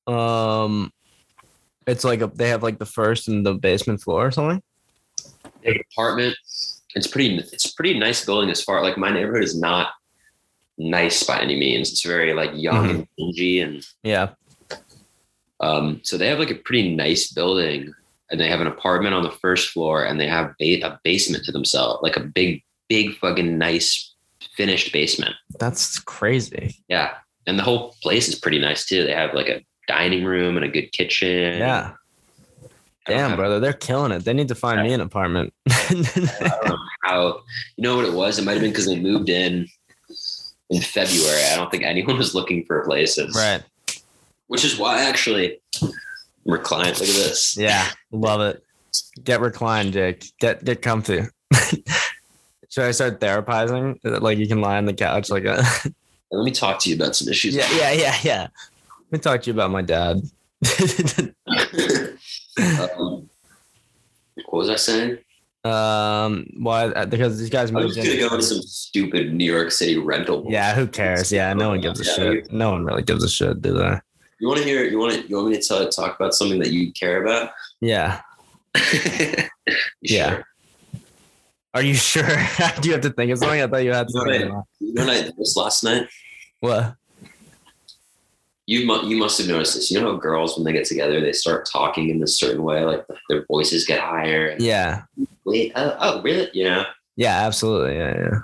Um, it's like a, they have like the first and the basement floor or something.
big apartment. It's pretty. It's a pretty nice building as far. Like my neighborhood is not nice by any means. It's very like young
Mm-hmm.
and dingy, and
Yeah.
um, so they have like a pretty nice building, and they have an apartment on the first floor, and they have ba- a basement to themselves, like a big, big fucking nice finished basement.
That's crazy.
Yeah, and the whole place is pretty nice too. They have like a dining room and a good kitchen.
Yeah.
I don't
Damn,
have-
brother. They're killing it. They need to find me an apartment. [laughs]
I don't know how. You know what it was? It might have been because they moved in in February. I don't think anyone was looking for places.
right.
Which is why actually reclined. Look at this.
Yeah. Love it. Get reclined, Jake. Get get comfy. [laughs] Should I start therapizing? Like you can lie on the couch like a [laughs]
Let me talk to you about some issues.
Yeah, yeah, yeah, yeah. Let me talk to you about my dad. [laughs]
[laughs] um, what was I saying?
um, why? Because these guys
I'm
moved
just gonna go
in.
into some stupid New York City rental. bullshit.
Yeah, who cares? Yeah, no one gives a
Yeah,
shit. No one really gives a shit, do they?
You want to hear? You want to? You want me to tell, talk about something that you care about? [laughs]
Yeah.
You
Yeah.
sure?
Are you sure? [laughs] do you have to think of something? I thought you had
No,
something.
man. You know what I noticed last night?
What?
You mu- you must have noticed this. You know how girls when they get together they start talking in this certain way, like their voices get higher. And,
Yeah.
Wait, oh, oh, really? You know,
Yeah, absolutely. Yeah, yeah.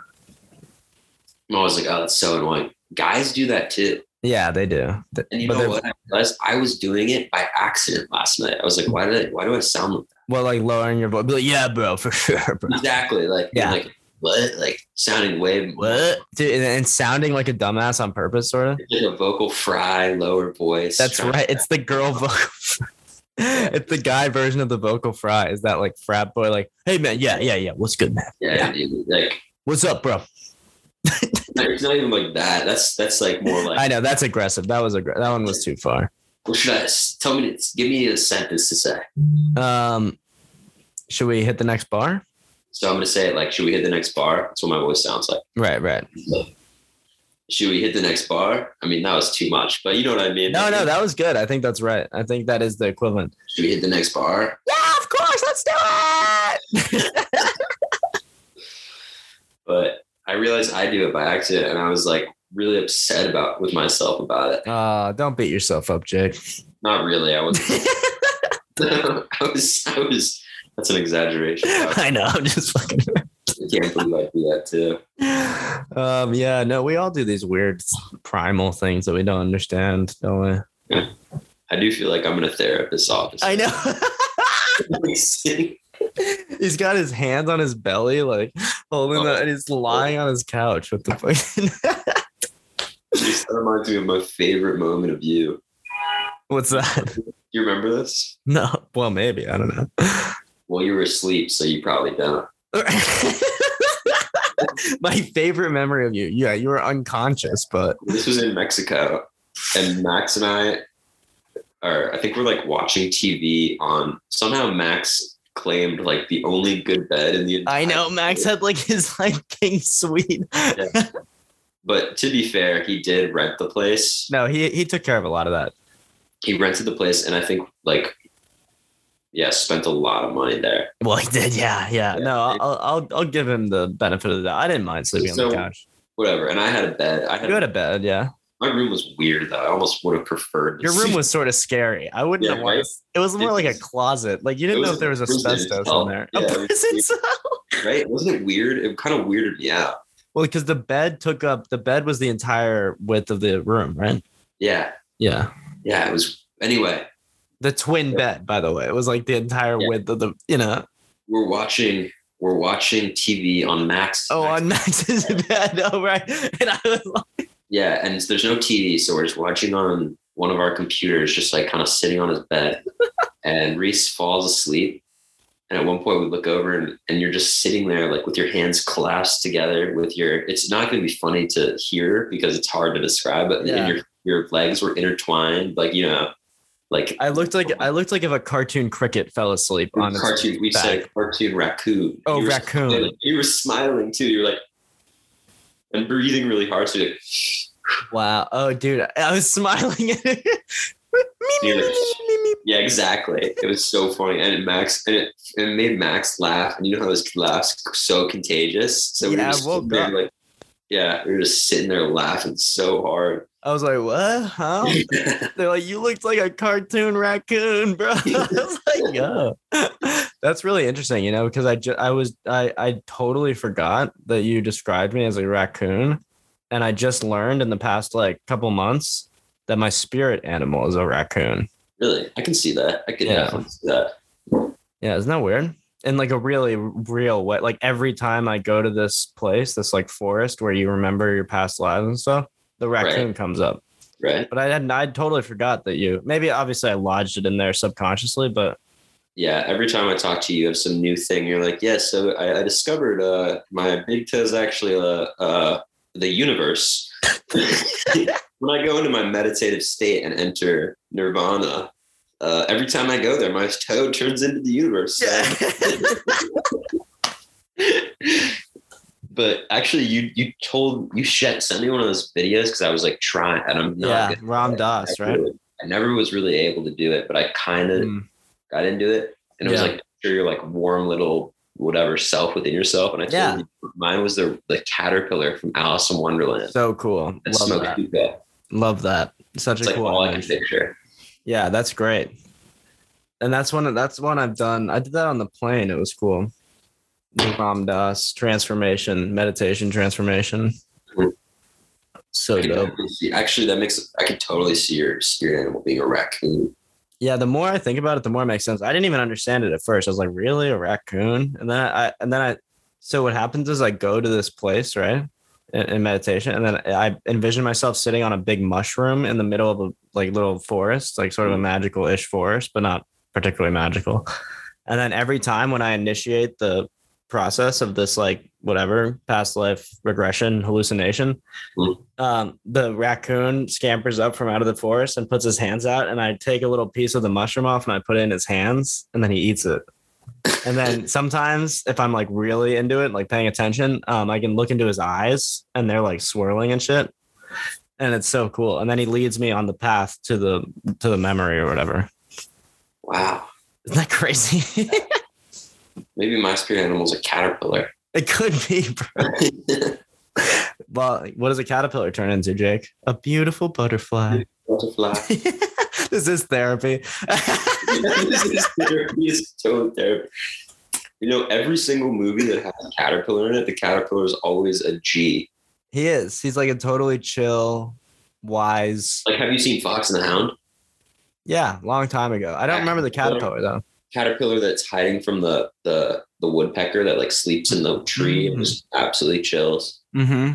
I'm always like, oh, that's so annoying. Guys do that too.
Yeah, they do. Th-
And you
but
know
they're-
what? I realized I was doing it by accident last night. I was like, why did I, why do I sound like
Well, like lowering your voice. Be like, yeah, bro, for [laughs] sure, bro.
that? exactly like
Yeah.
like what like sounding way more-
What? Dude, and, and sounding like a dumbass on purpose, sort of.
like a vocal fry, lower voice.
That's
trying-
right. It's the girl vocal. fry. [laughs] it's the guy version of the vocal fry. Is that like frat boy? Like, hey man, yeah, yeah, yeah. What's good, man?
Yeah,
Yeah.
dude, like
What's up, bro?
it's not even like that. That's that's like more
[laughs]
like
I know that's aggressive. That was aggra- That one was too far.
what should I tell me? To, give me a sentence to say.
Um, should we hit the next bar?
So I'm gonna say it like, should we hit the next bar? That's what my voice sounds like.
Right, right.
Should we hit the next bar? I mean, that was too much, but you know what I mean.
No, no, that was good. I think that's right. I think that is the equivalent.
should we hit the next bar?
Yeah, of course. Let's do it.
But I realized I do it by accident, and I was like really upset about with myself about it.
Uh, don't beat yourself up, Jake. [laughs]
Not really. I was. [laughs] I was. I was. That's an exaggeration.
I know. I'm just fucking.
It's can't believe I do that too.
Um, yeah, no, we all do these weird primal things that we don't understand, don't we?
I do feel like I'm in a therapist's office.
I
[laughs]
know. [laughs] He's got his hands on his belly, like holding the, and he's lying on his couch with the fucking.
This reminds me of my favorite moment of you.
[laughs] What's that? [laughs]
You remember this?
No, well, maybe I don't know.
Well, you were asleep, so you probably don't.
[laughs] My favorite memory of you, yeah, you were unconscious, but
This was in Mexico, and Max and I are, I think we're like watching TV on somehow Max claimed like the only good bed in the entire
I know Max had like his like king suite.
But to be fair, he did rent the place.
No, he he took care of a lot of that.
He rented the place, and I think like, yeah, spent a lot of money there.
Well, he did, yeah, yeah.
Yeah.
No, I'll, I'll I'll give him the benefit of the doubt. I didn't mind sleeping on
So-
the couch.
Whatever. And I had a bed. I
You
had
had a bed, yeah.
my room was weird though. I almost would have preferred to
Your room
[laughs] sleep
was sort of scary. I wouldn't
Yeah,
have wanted.
right?
It was more
It
like a
was-
closet. Like you didn't
it
know
was
if there was
a prison
asbestos
cell.
in there.
Yeah, it
a
was
prison
weird.
cell.
right? Wasn't it weird? It kind of weirded me out.
Well, because the bed took up the bed was the entire width of the room, right?
Yeah,
Yeah.
yeah. It was anyway.
The twin
Yeah.
bed, by the way, it was like the entire
Yeah.
width of the, you know.
We're watching. We're watching TV on Max.
Oh,
Max-
on [laughs] Max's bed. Oh, right. And I was like,
yeah. And there's no TV, so we're just watching on one of our computers, just like kind of sitting on his
[laughs]
bed. and Reese falls asleep. And at one point, we look over and, and you're just sitting there, like with your hands collapsed together. With your, it's not going to be funny to hear because it's hard to describe. But
Yeah.
your your legs were intertwined, like you know, like
I looked like I looked like if a cartoon cricket fell asleep on its
cartoon. We
back.
said cartoon raccoon.
Oh,
You were
raccoon.
smiling- You were smiling too. You were like, and breathing really hard. So you're like,
Wow. Oh, dude, I was [laughs] smiling. at it. me, me, me, me, me.
yeah, exactly. It was so funny, and it Max and it, and it made Max laugh. And you know how his laughs so contagious. So we
Yeah, I
were just
woke
sitting there
up.
like, yeah, we were just sitting there laughing so hard.
I was like, what? Huh? They're like, you looked like a cartoon raccoon, bro. [laughs] I was like, yo, that's really interesting, you know, because I ju- I was I I totally forgot that you described me as a raccoon, and I just learned in the past like couple months that my spirit animal is a raccoon.
[laughs] really, I can see that. I can
Yeah.
definitely see that.
Yeah, isn't that weird? In like a really real way, like every time I go to this place, this like forest where you remember your past lives and stuff, the raccoon comes up.
Right?
But I hadn't, I totally forgot that you, maybe obviously I lodged it in there subconsciously, but
Yeah, every time I talk to you, you have some new thing. You're like, yeah, so I, I discovered uh, my big toe is actually uh, uh, the universe. [laughs] when I go into my meditative state and enter nirvana, uh, every time I go there, my toe turns into the universe. So- [laughs] but actually, you you told you shed, sent me one of those videos because I was like trying, and I'm not.
yeah,
good at
Ram
it.
Dass,
I
right?
really- I never was really able to do it, but I kind of
Mm.
I didn't do it. And it was
Yeah.
like sure your like warm little whatever self within yourself. And I told
Yeah.
you mine was the the caterpillar from Alice in Wonderland
So cool.
that
Love
smoked
that.
hookah.
Love that. Such
It's
a
like
cool
all I can
image.
picture.
Yeah, that's great. And that's one that's one I've done. I did that on the plane. It was cool. The Ram Dass transformation, meditation transformation.
Cool.
So
I can
dope.
totally see- Actually, that makes I could totally see your spirit animal being a raccoon.
Yeah, the more I think about it, the more it makes sense. I didn't even understand it at first. I was like, really, a raccoon? And then I and then I so what happens is I go to this place, right? In, in meditation, and then I envision myself sitting on a big mushroom in the middle of a like little forest, like sort of a magical-ish forest, but not particularly magical. And then every time when I initiate the process of this like whatever past life regression hallucination
Mhm.
um, the raccoon scampers up from out of the forest and puts his hands out and i take a little piece of the mushroom off and i put it in his hands and then he eats it and then sometimes if i'm like really into it like paying attention um, i can look into his eyes and they're like swirling and shit and it's so cool and then he leads me on the path to the to the memory or whatever
Wow.
isn't that crazy [laughs]
Maybe my spirit animal's a caterpillar.
it could be bro. Well, what does a caterpillar turn into, Jake? A beautiful butterfly.
Butterfly. [laughs]
[laughs] this is therapy. [laughs]
this is therapy. This is total therapy. You know, every single movie that has a caterpillar in it, the caterpillar is always a G.
He is. He's like a totally chill, wise.
Like, have you seen Fox and the Hound?
Yeah, long time ago. I don't remember the caterpillar though.
Caterpillar that's hiding from the the the woodpecker that like sleeps in the tree
Mm.
and just absolutely chills.
Mm-hmm.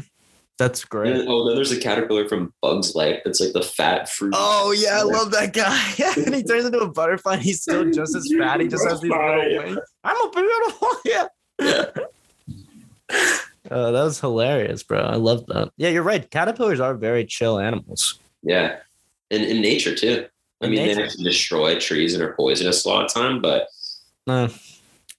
That's
And
great.
then, oh, then there's a caterpillar from Bugs Life that's like the fat fruit.
Oh yeah, I love that guy. [laughs] Yeah, and he turns into a butterfly. And he's still just as fat. He just has
[laughs]
these little wings. I'm a beautiful. [laughs] Yeah.
Yeah.
Oh, that was hilarious, bro. I love that. Yeah, you're right. Caterpillars are very chill animals.
Yeah. And in nature too. I
In
mean,
nature.
they actually destroy trees that are poisonous a lot of time, but
No,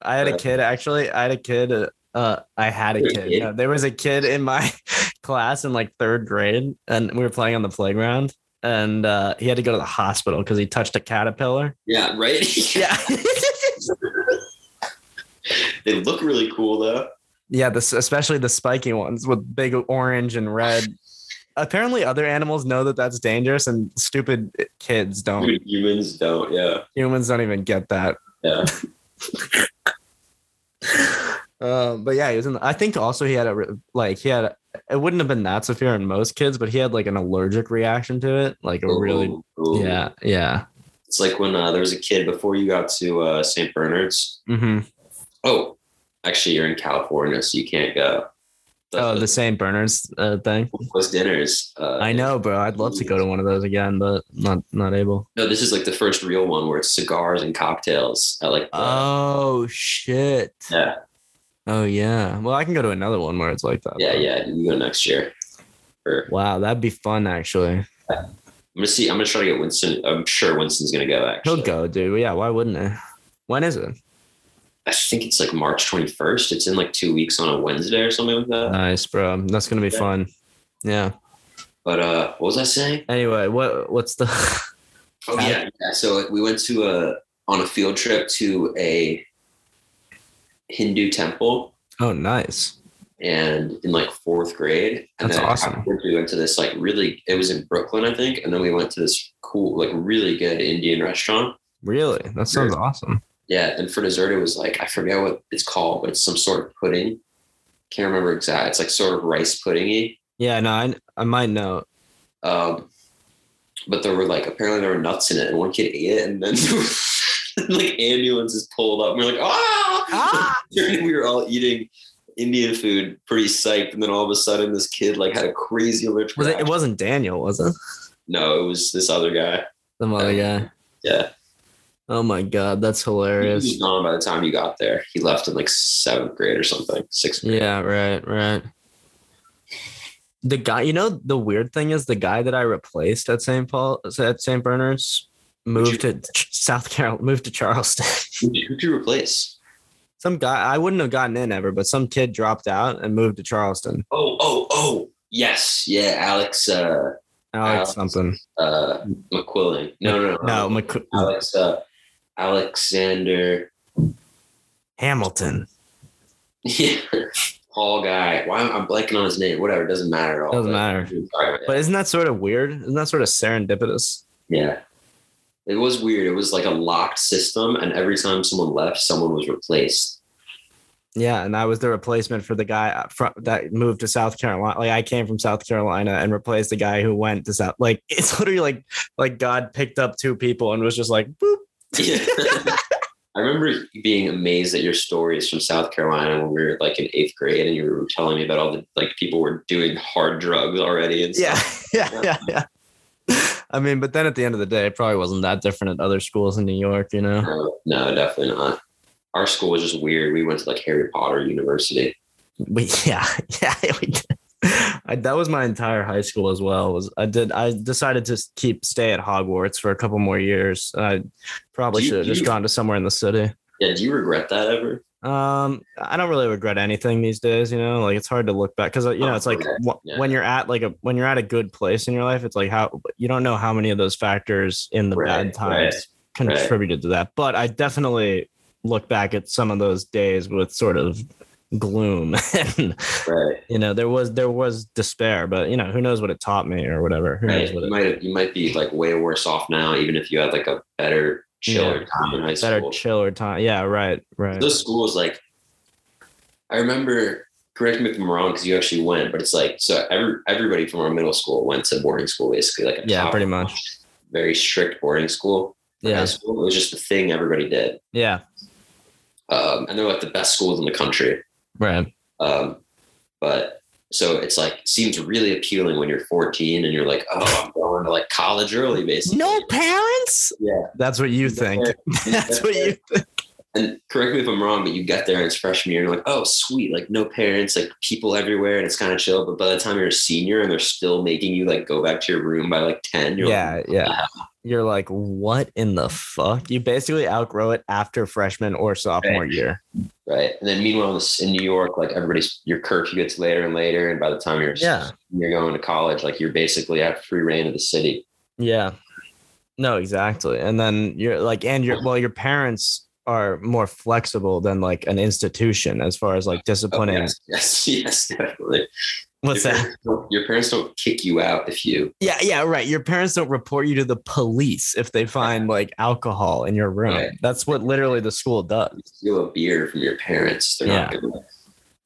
I had a kid actually. I had a kid. uh, Uh, I had a
You're a
kid.
kid?
No, there was a kid in my [laughs] class in like third grade, and we were playing on the playground, and uh, he had to go to the hospital because he touched a caterpillar.
yeah, right. [laughs]
Yeah,
they look really cool though.
[laughs] yeah. This especially the spiky ones with big orange and red. Apparently, other animals know that that's dangerous, and stupid kids don't.
Dude, humans don't. Yeah.
Humans don't even get that.
Yeah.
[laughs] Um, but yeah, he was in. I think also he had a re- like he had. It wouldn't have been that severe in most kids, but he had like an allergic reaction to it, like a really.
Ooh, ooh.
Yeah, yeah.
It's like when uh, there was a kid before you got to uh, St. Bernard's.
Mm-hmm.
Oh, actually, you're in California, so you can't go.
Oh, the St. Bernard's uh, thing.
was dinners. Uh,
I know, bro. I'd love to go to one of those again, but not not able.
No, this is like the first real one where it's cigars and cocktails. I like. the-
Oh shit.
yeah,
Oh yeah. Well, I can go to another one where it's like that.
yeah,
though.
yeah. You go next year. Or-
Wow, that'd be fun actually.
I'm gonna see. I'm gonna try to get Winston. I'm sure Winston's gonna go. Actually,
He'll go, dude. Yeah, why wouldn't he? When is it?
I think it's like March 21st. It's in like two weeks on a Wednesday or something like that.
Nice, bro. That's gonna be
Yeah.
fun. Yeah.
But uh, what was I saying?
Anyway, what what's the [laughs]
Oh
Cat-
yeah, yeah. So we went to a on a field trip to a Hindu temple,
Oh, nice.
and in like fourth grade. And
That's
then
awesome.
afterwards we went to this like really. It was in Brooklyn, I think, and then we went to this cool, like really good Indian restaurant.
Really? That sounds awesome.
Yeah, and for dessert it was like I forget what it's called, but it's some sort of pudding. Can't remember exact. It's like sort of rice puddingy.
Yeah, no, I, I might know.
Um, but there were like apparently there were nuts in it, and one kid ate it, and then [laughs] like ambulances pulled up, and we're like, ah! [laughs] we were all eating Indian food, pretty psyched, and then all of a sudden this kid like had a crazy allergic.
Was it, it
reaction.
wasn't Daniel, was it?
no, it was this other guy.
The other guy.
Yeah,
Oh my god, that's
he was
hilarious.
gone by the time you got there. He left in like seventh grade or something, sixth. Grade.
Yeah, right, right. The guy, you know, the weird thing is the guy that I replaced at St. Paul at St. Bernard's moved to Ch- South Carolina, moved to Charleston. [laughs]
Who'd you, who'd you replace?
some guy I wouldn't have gotten in ever, but some kid dropped out and moved to Charleston.
Oh, oh, oh, yes, yeah, Alex. Uh,
Alex
Alex.
something.
uh, McQuilling. No, no, no,
No, Mc-
Alex. Uh, Alexander. [laughs]
Hamilton.
Yeah. Paul guy. Why I'm blanking on his name. Whatever. It doesn't matter at all.
Doesn't
But-
matter.
Sorry,
But isn't that sort of weird? Isn't that sort of serendipitous?
yeah. It was weird. It was like a locked system, and every time someone left, someone was replaced.
Yeah, and I was the replacement for the guy from that moved to South Carolina. Like I came from South Carolina and replaced the guy who went to South. Like [laughs] it's literally like like God picked up two people and was just like boop.
Yeah. I remember being amazed at your stories from South Carolina when we were like in eighth grade, and you were telling me about all the like people were doing hard drugs already. And
Yeah,
stuff.
[laughs] yeah, yeah, yeah. I mean, but then at the end of the day, it probably wasn't that different at other schools in New York, you know.
No, Uh, no, definitely not. Our school was just weird. We went to like Harry Potter University.
[laughs] We yeah, yeah, [laughs] we did. I, that was my entire high school as well. Was I did I decided to keep stay at Hogwarts for a couple more years. I probably
Do you-
should have
do
just
you-
gone to somewhere in the city.
Yeah. Do you regret that ever?
Um, I don't really regret anything these days. You know, like it's hard to look back because you know it's like wh-
Oh, Yeah.
when you're at like a when you're at a good place in your life, it's like how you don't know how many of those factors in the
Right,
bad times
right.
contributed to that. But I definitely look back at some of those days with sort of gloom [laughs] and
Right.
you know there was there was despair but you know who knows what it taught me or whatever who knows
Right.
what
You
it,
might you might be like way worse off now, even if you had like a better chiller
Yeah.
time in high
better
school.
chiller time. Yeah, right, right.
Those schools, like, I remember. Correct me if I'm wrong, because you actually went, but it's like so. Every everybody from our middle school went to boarding school, basically, like a
Yeah,
top,
pretty much.
very strict boarding school. for high
Yeah,
school. It was just the thing everybody did,
yeah,
um, and they're like the best schools in the country.
right.
Um, but so it's like seems really appealing when you're 14 and you're like, oh, I'm going to like college early, basically.
No
[laughs]
parents.
Yeah.
that's what you [laughs] think. That's what you.
And correct me if I'm wrong, but you get there and it's freshman year and you're like, oh, sweet, like no parents, like people everywhere, and it's kind of chill. But by the time you're a senior and they're still making you like go back to your room by like 10, [laughs] you're like, "Ah."
Yeah, yeah. You're like, what in the fuck? You basically outgrow it after freshman or sophomore year.
right. And then meanwhile, this- in New York, like everybody's your curfew gets later and later, and by the time you're
Yeah.
you're going to college, like you're basically at free reign of the city.
Yeah. No, exactly. And then you're like, and your well, your parents are more flexible than like an institution as far as like disciplining.
Oh, yes, [laughs] yes, yes, definitely.
What's
your
that?
Parents don't- your parents don't kick you out if you.
Yeah, yeah, right. Your parents don't report you to the police if they
[laughs]
find like alcohol in your room.
Right.
That's what literally the school does.
you steal a beer from your parents. They're not gonna.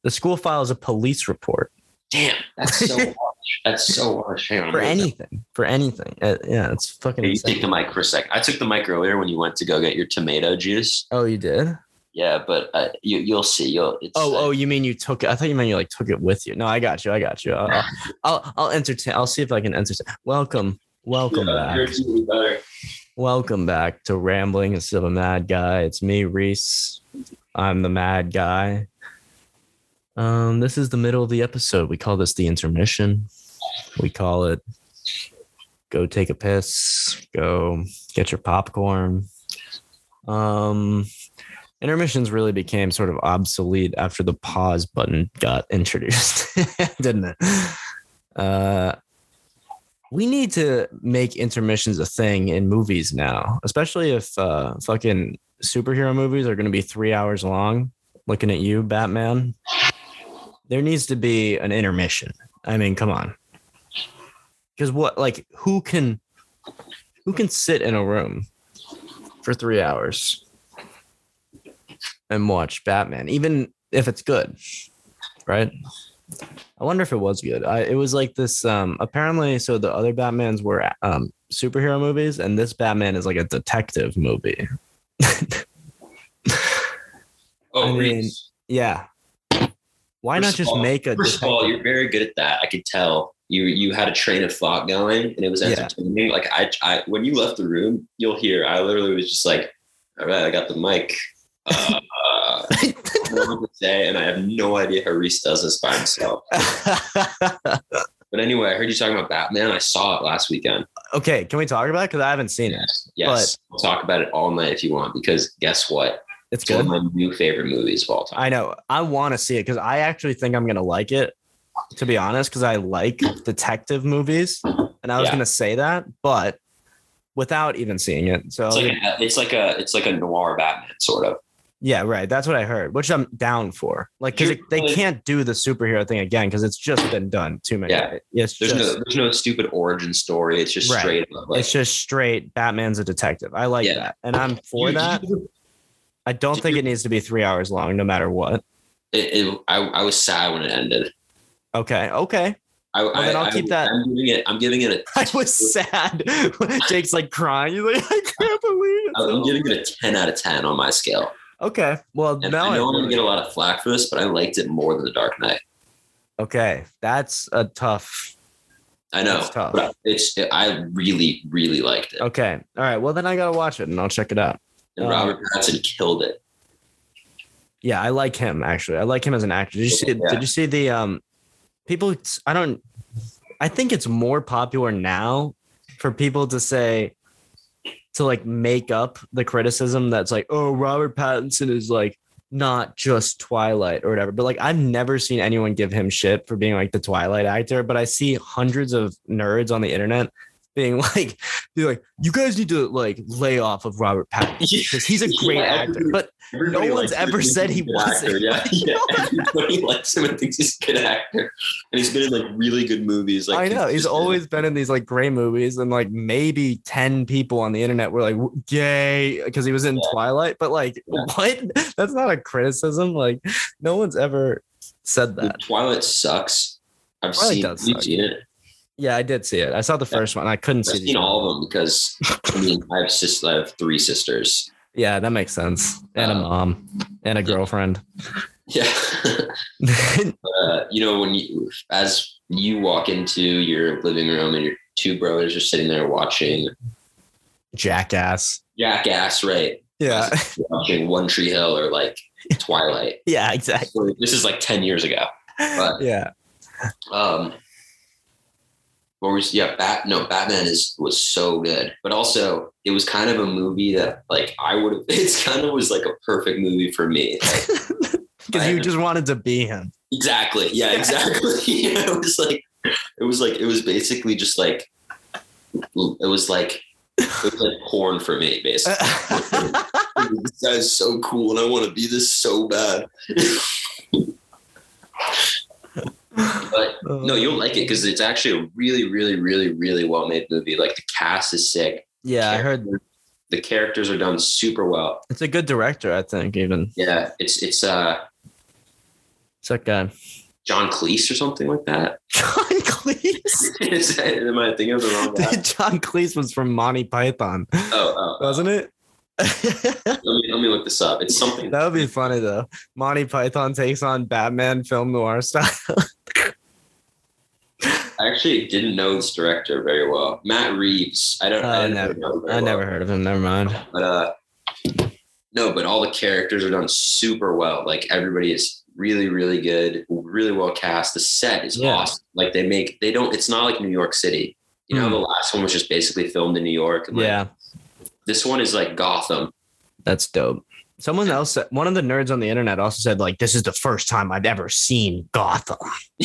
The school files a police report
Damn, that's
[laughs]
so harsh. That's so harsh. Hang on.
for
I'm gonna-
anything. For anything. Uh, yeah, it's fucking
Hey, you take
insane.
the mic for a second. I took the mic earlier when you went to go get your tomato juice.
Oh, you did?
Yeah, but uh, you you'll see. You'll. It's,
Oh, oh, you mean you took it? I thought you meant you like took it with you. No, I got you. I got you. I'll, I'll, I'll, I'll entertain. I'll see if I can entertain. Welcome, welcome
Yeah,
back,
yours will be better.
welcome back to ramblings of a mad guy. It's me, Reese. I'm the mad guy. Um, this is the middle of the episode. We call this the intermission. We call it go take a piss, go get your popcorn. Um, intermissions really became sort of obsolete after the pause button got [laughs] introduced, didn't it? Uh, we need to make intermissions a thing in movies now, especially if uh, fucking superhero movies are going to be three hours long. Looking at you, Batman. There needs to be an intermission. I mean, come on. Because what, like, who can, who can sit in a room for three hours? and watch Batman, even if it's good, right? I wonder if it was good. I, it was like this. Um, apparently, so the other Batmans were um, superhero movies, and this Batman is like a detective movie.
Oh,
I mean,
Reese,
Yeah. Why
First
not
of
just
all-
make a?
First of all,
detective-
you're very good at that. I could tell you you had a train of thought going, and it was
Yeah.
entertaining. Like I, I, when you left the room, you'll hear. I literally was just like, "All right, I got the mic."
[laughs]
Uh, I don't know what to say, and I have no idea how Reese does this by himself. But anyway, I heard you talking about Batman. I saw it last weekend.
[laughs] okay, can we talk about it? Because I haven't seen it.
Yes, we'll talk about it all night if you want. Because guess what?
It's
It's one
good.
of my new favorite movies of all time.
I know. I want to see it because I actually think I'm gonna like it. To be honest, because I like detective movies, and I was
Yeah.
gonna say that, but without even seeing it. So
It's like a, it's like a, it's like a noir Batman sort of.
yeah, right. That's what I heard, which I'm down for. Like, because
You're
they
really-
can't do the superhero thing again because it's just been done too many.
Yeah.
Yes,
There's
just,
no, there's no stupid origin story. It's just
Right.
straight up. Like,
it's just straight. Batman's a detective. I like
Yeah.
that, and I'm for
You-
that.
you-
I don't
did
think
you-
it needs to be three hours long, no matter what.
it, it, I, I was sad when it ended.
Okay, okay. [laughs]
I,
Well, then
I,
I'll
I-
keep that-
I'm giving it. I'm giving it a.
I was sad. [laughs] Jake's like crying. He's like, I can't believe it.
I'm giving it a 10 out of 10 on my scale.
Okay. Well,
And
now
I
I
know I'm gonna
really-
get a lot of flack for this, but I liked it more than The Dark Knight.
okay. That's a tough.
I know.
That's tough.
but It's. I really, really liked it.
Okay. All right. Well, then I gotta watch it and I'll check it out.
And
Um,
Robert Pattinson killed it.
Yeah, I like him actually. I like him as an actor. Did you see?
Yeah.
Did you see the um people? I don't. I think it's more popular now for people to say to like make up the criticism that's like, oh, Robert Pattinson is like not just Twilight or whatever. But like, I've never seen anyone give him shit for being like the Twilight actor. But I see hundreds of nerds on the internet being [laughs] like, they're like, you guys need to like lay off of Robert
[laughs]
Pattinson because he's a great
Yeah.
actor. But
Everybody
No one's
likes
ever
him and thinks
said
he's
he
a good actor,
wasn't. [laughs]
Yeah, yeah. Everybody likes him and thinks he's a good actor, and he's been in like really good movies. Like
I know he's
consistently.
always been in these like gray movies, and like maybe ten people on the internet were like "W- gay because he was in Twilight. But like,
Yeah.
[laughs] what? That's not a criticism. Like, no one's ever said
Dude,
that.
Twilight sucks. I've
Twilight
seen.
does
You've
suck.
seen it.
Yeah, I did see it. I saw the
Yeah.
first one. I couldn't
I've
see.
seen
the-
all of them because I mean I have sis- I have three sisters.
Yeah, that makes sense. And a
Um,
mom and a
yeah.
girlfriend. [laughs]
Yeah, uh, you know when you as you walk into your living room and your two brothers are sitting there watching
Jackass.
Jackass, right?
Yeah.
Watching One Tree Hill or like Twilight.
[laughs] Yeah, exactly.
So This is like ten years ago. But-
yeah.
Um, what was yeah? Bat no Batman is was so good, but also it was kind of a movie that like I would have. [laughs] It's kind of was like a perfect movie for me. Like,
Because you just wanted to be him. [laughs]
exactly. Yeah. Exactly. [laughs] yeah, it was like it was like it was basically just like it was like it was like porn for me basically.
[laughs]
this guy's so cool, and I want to be this so bad. but No, you'll like it because it's actually a really, really, really, really well made movie. Like the cast is sick.
Yeah, I heard
The characters are done super well.
it's a good director, I think, even.
Yeah, it's it's uh
It's that guy.
John Cleese or something like that. [laughs]
John Cleese.
Is that- Am I thinking of the wrong
[laughs]
guy?
Dude, John Cleese was from Monty Python,
Oh, oh.
wasn't [laughs] it? that
Let me let me look this up. It's something.
would be funny though. Monty Python takes on Batman film noir style.
I actually didn't know this director very well. Matt Reeves. I don't.
Oh,
I, didn't
no.
know him very
I
well.
never heard of him. Never mind.
But uh, no, but all the characters are done super well. Like everybody is really, really good, really well cast. The set is
Yeah.
awesome. Like they make they don't. It's not like New York City. You know,
Hmm.
the last one was just basically filmed in New York. and, like,
Yeah,
This one is like Gotham.
that's dope. Someone else, said, one of the nerds on the internet also said, like, this is the first time I've ever seen Gotham.
[laughs]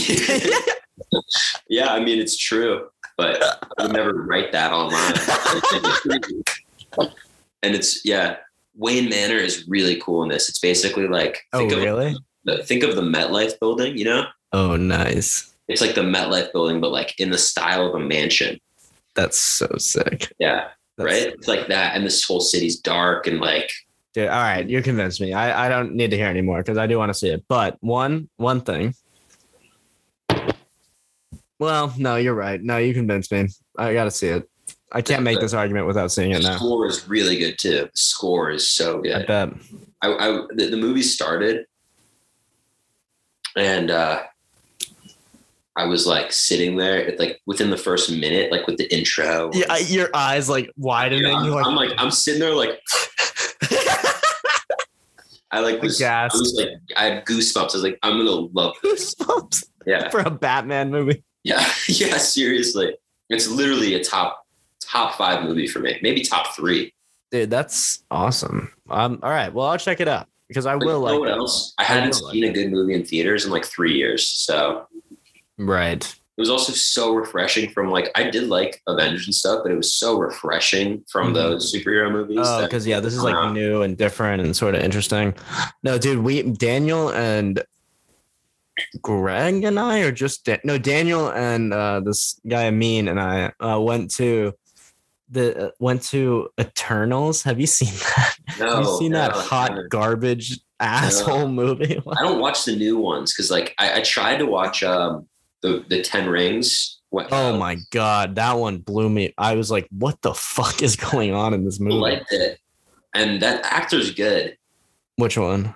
yeah, I mean it's true, but I would never write that online. [laughs] and it's yeah, Wayne Manor is really cool in this. It's basically like
Oh,
think of
really?
the, think of the MetLife building. You know,
Oh, nice.
it's like the MetLife building, but like in the style of a mansion.
That's so sick.
Yeah.
That's-
right. It's like that. And this whole city's dark and like,
Dude, all right, you convinced me. I, I don't need to hear anymore because I do want to see it. But one one thing. Well, no, you're right. No, you convinced me. I gotta see it. I can't make this argument without seeing it
the
now.
score is really good too. The score is so
I
good.
bet.
I, I, the, the movie started and, uh, I was like sitting there it, like within the first minute, like with the intro.
Yeah, I- your eyes like widen
Yeah,
and
I'm,
you're
I'm
like,
like, I'm sitting
[laughs]
there like, I like was, I
Aghast.
was like, I had goosebumps. I was like, I'm gonna love this.
goosebumps [laughs]
Yeah,
for a Batman movie.
[laughs] yeah, yeah. Seriously, it's literally a top top five movie for me. Maybe top three.
Dude, that's awesome. Um, all right. Well, I'll check it out because I
But
will
you know
like
what
it.
else? I
I
hadn't
will like
seen a good movie in theaters in like three years, so
Right.
it was also so refreshing. From like, I did like Avengers and stuff, but it was so refreshing from
Mhm.
those superhero movies.
Oh,
that-
because yeah, this is like
Uh-huh.
new and different and sort of interesting. No, dude, we Daniel and Greg and I are just Da- no Daniel and uh, this guy Amin and I uh, went to the uh, went to Eternals. Have you seen [laughs] that?
no,
Have you seen
no,
that
I
hot
haven't.
garbage asshole [laughs] movie?
I don't watch the new ones because like I, I tried to watch um the the Ten Rings. What,
Oh my god, that one blew me. I was like, what the fuck is going on in this movie?
liked it, and that actor's good.
Which one?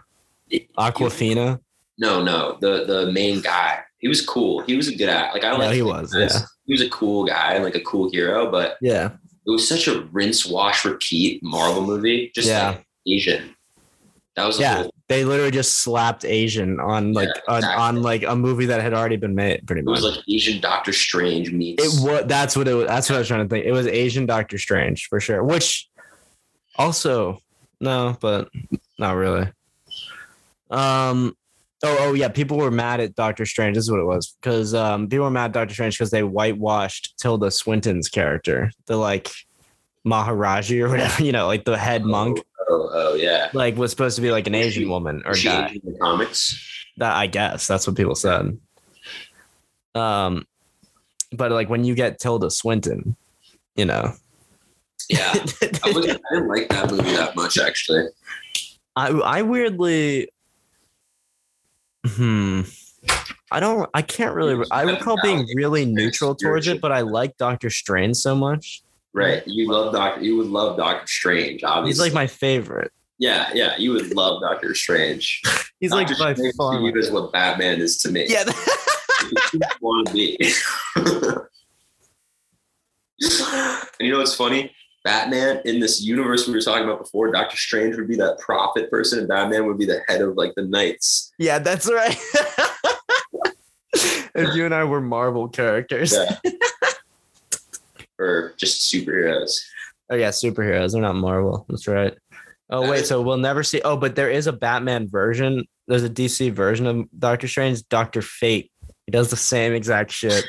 Aquafina?
No, no, the the main guy. He was cool. He was a good actor. Like I
No,
like.
he was, yeah.
He was a cool guy, like a cool hero, but
Yeah.
it was such a rinse, wash, repeat Marvel movie. Just
Yeah.
like Asian. That was the
Yeah.
whole-
They literally just slapped Asian on like on,
exactly.
on like a movie that had already been made, pretty
It
much.
was like Asian Doctor Strange meets.
It was that's what it was. That's what I was trying to think. It was Asian Doctor Strange for sure. Which also no, but not really. Um, Oh, oh yeah. People were mad at Doctor Strange. This is what it was because um, people were mad at Doctor Strange because they whitewashed Tilda Swinton's character, the like Maharaji or whatever, [laughs] you know, like the head monk,
Oh, oh yeah.
like was supposed to be like an
Was
Asian
she-
woman or
Is she
guy.
in the comics?
That I guess that's what people said. Um, but like when you get Tilda Swinton, you know, [laughs]
Yeah. I, was, I didn't like that movie that much actually.
I I weirdly hmm I don't I can't really I recall being really neutral towards it, but I like Doctor Strange so much.
Right. You love Doctor you would love Doctor Strange,
He's
obviously.
like my favorite.
yeah, yeah. You would love Doctor Strange.
[laughs] He's like
Doctor
by
Strange
far.
to
my-
you is what Batman is to me. [laughs]
Yeah.
you want to be. [laughs] and you know what's funny? Batman in this universe we were talking about before, Doctor Strange would be that prophet person, and Batman would be the head of like the knights.
Yeah, that's right. [laughs] if you and I were Marvel characters.
Yeah.
[laughs]
or just superheroes. [laughs]
Oh yeah, superheroes. They're not Marvel. That's right. Oh wait, so we'll never see. Oh, but there is a Batman version. There's a DC version of Doctor Strange. Doctor Fate. He does the same exact
[laughs]
shit,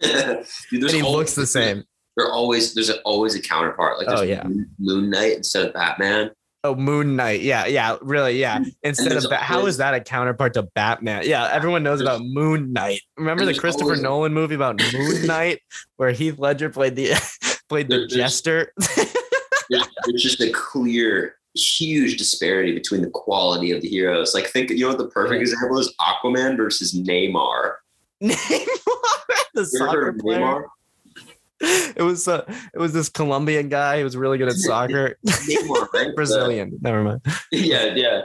Dude, there's
and he
always-
looks the same.
There always there's always a counterpart. Like
Oh,
there's
yeah.
Moon Knight instead
[laughs]
of Batman.
Oh, Moon Knight. Yeah, yeah, really, yeah. Instead
there's
of that, how
always-
is that a counterpart to Batman? Yeah, everyone knows about Moon Knight. Remember
and
the
there's
Christopher
always-
Nolan movie about
[laughs]
Moon Knight, where Heath Ledger played the [laughs] played the
There- there's-
jester? [laughs]
there's, there's just a clear, huge disparity between the quality of the heroes. Like, think you know what the perfect
Yeah.
example is? Aquaman versus Neymar.
Neymar, the
You ever heard
soccer
of
player.
Neymar?
[laughs] It was uh, it was this Colombian guy. He was really
[laughs]
good at soccer.
Neymar, right?
Brazilian. Never mind.
The- [laughs] yeah, yeah.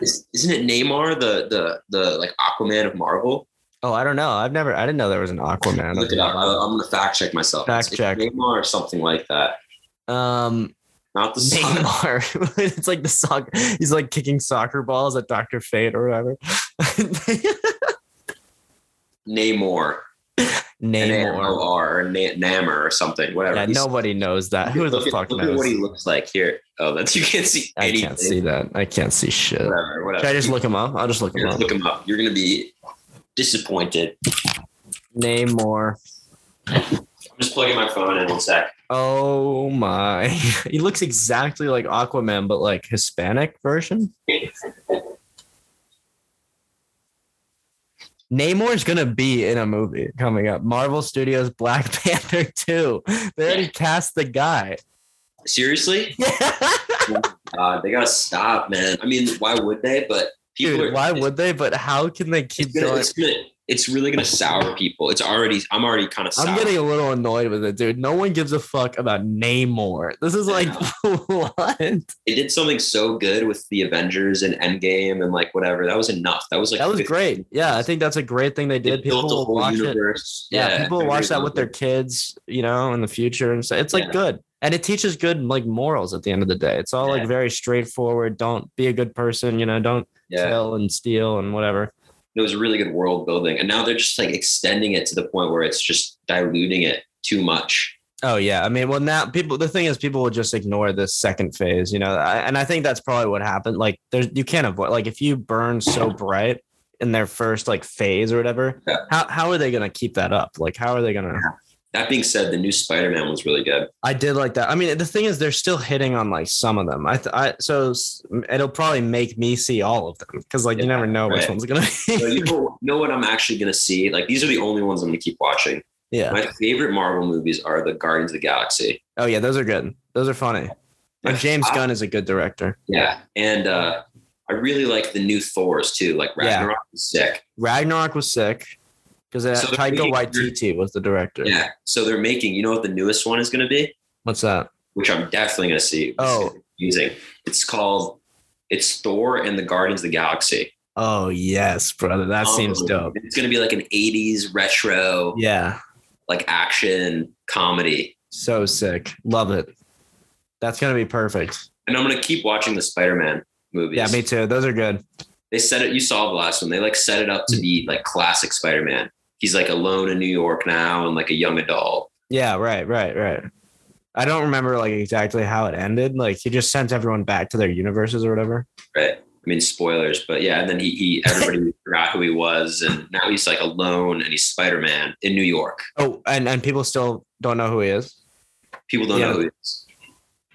Is- Isn't it Neymar the the the like Aquaman of Marvel?
Oh, I don't know. I've never. I didn't know there was an Aquaman.
Look it up. I, I'm gonna fact check myself.
Fact
It's- it's
check.
Neymar or something like that. [laughs]
Um,
Not the soccer.
Neymar. [laughs] it's like the soccer. He's like kicking soccer balls at Doctor Fate or whatever. [laughs]
Neymar.
Neymar.
N-A-M-O-R, or Na- Namor or something. Whatever.
Yeah,
He's-
nobody knows that. Who the
look at-
fuck
look at
knows?
what he looks like here. Oh, that's you can't see
I
anything.
can't see that. I can't see shit. Should
Whatever. Whatever.
I just look him up? I'll just look him
You're gonna
up.
look him up. You're gonna be disappointed.
Neymar.
I'm just plugging my phone in one sec.
Oh my. [laughs] He looks exactly like Aquaman, but like Hispanic version. Namor's gonna be in a movie coming up. Marvel Studios Black [laughs] Panther 2. They already
Yeah.
cast the guy. [laughs]
Seriously? God, they gotta stop, man. I mean, why would they? But people
Dude,
are,
why would they? But how can they
it's
keep
gonna,
going?
it's gonna it's really gonna sour people. It's already I'm already kind of sour.
I'm getting a little annoyed with it, dude. No one gives a fuck about Namor. This is like [laughs] what?
they did something so good with the Avengers and Endgame and like whatever. That was enough. That was like
That was great. Yeah, I think that's a great thing they
They
did.
built
People will watch it.
universe.
yeah, people
I
will watch
really
that with
love
their
it.
kids you know in the future and so it's like
Yeah.
good and it teaches good like morals at the end of the day it's all like
Yeah.
very straightforward don't be a good person you know don't
Yeah.
kill and steal and whatever
it was a really good world building and now they're just like extending it to the point where it's just diluting it too much
oh yeah i mean well now people the thing is people will just ignore this second phase you know I, and i think that's probably what happened like there's you can't avoid like if you burn [laughs] so bright in their first like phase or whatever
Yeah.
how, how are they gonna keep that up like how are they gonna
that being said the new spider-man was really
[laughs]
good
I did like that. I mean, the thing is, they're still hitting on like some of them. I, th- I so s- it'll probably make me see all of them because like you
Yeah,
never know which
right.
one's gonna
So
be. [laughs]
you know, you know what i'm actually going to see like these are the only ones i'm going to keep watching
yeah.
my favorite marvel movies are the guardians of the galaxy
Oh yeah, those are good. Those are funny. And James
I-
Gunn is a good director.
yeah and uh i really like the new thors too like
Yeah.
ragnarok is sick
Ragnarok was sick because uh,
So they're
Taika
making-
Waititi was the director.
yeah so they're making you know what the newest one is going to be
What's that?
which i'm definitely going to see It's
Oh.
confusing. it's called it's thor and the guardians of the galaxy
Oh yes, brother. That seems
Um,
dope.
It's gonna be like an '80s retro,
Yeah.
like action comedy,
So sick. Love it. That's gonna be perfect.
and I'm gonna keep watching the Spider-Man movies.
Yeah, me too. Those are good.
they set it. You saw the last one. They like set it up
Mm.
to be like classic Spider-Man. He's like alone in New York now and like a young adult.
Yeah, right, right, right. I don't remember like exactly how it ended. Like he just sent everyone back to their universes or whatever.
Right. I mean, spoilers, but yeah. And then he, he
[laughs]
everybody forgot who he was, and now he's like alone, and he's Spider Man in New York.
Oh, and and people still don't know who he is.
People don't
Yeah.
know who he is.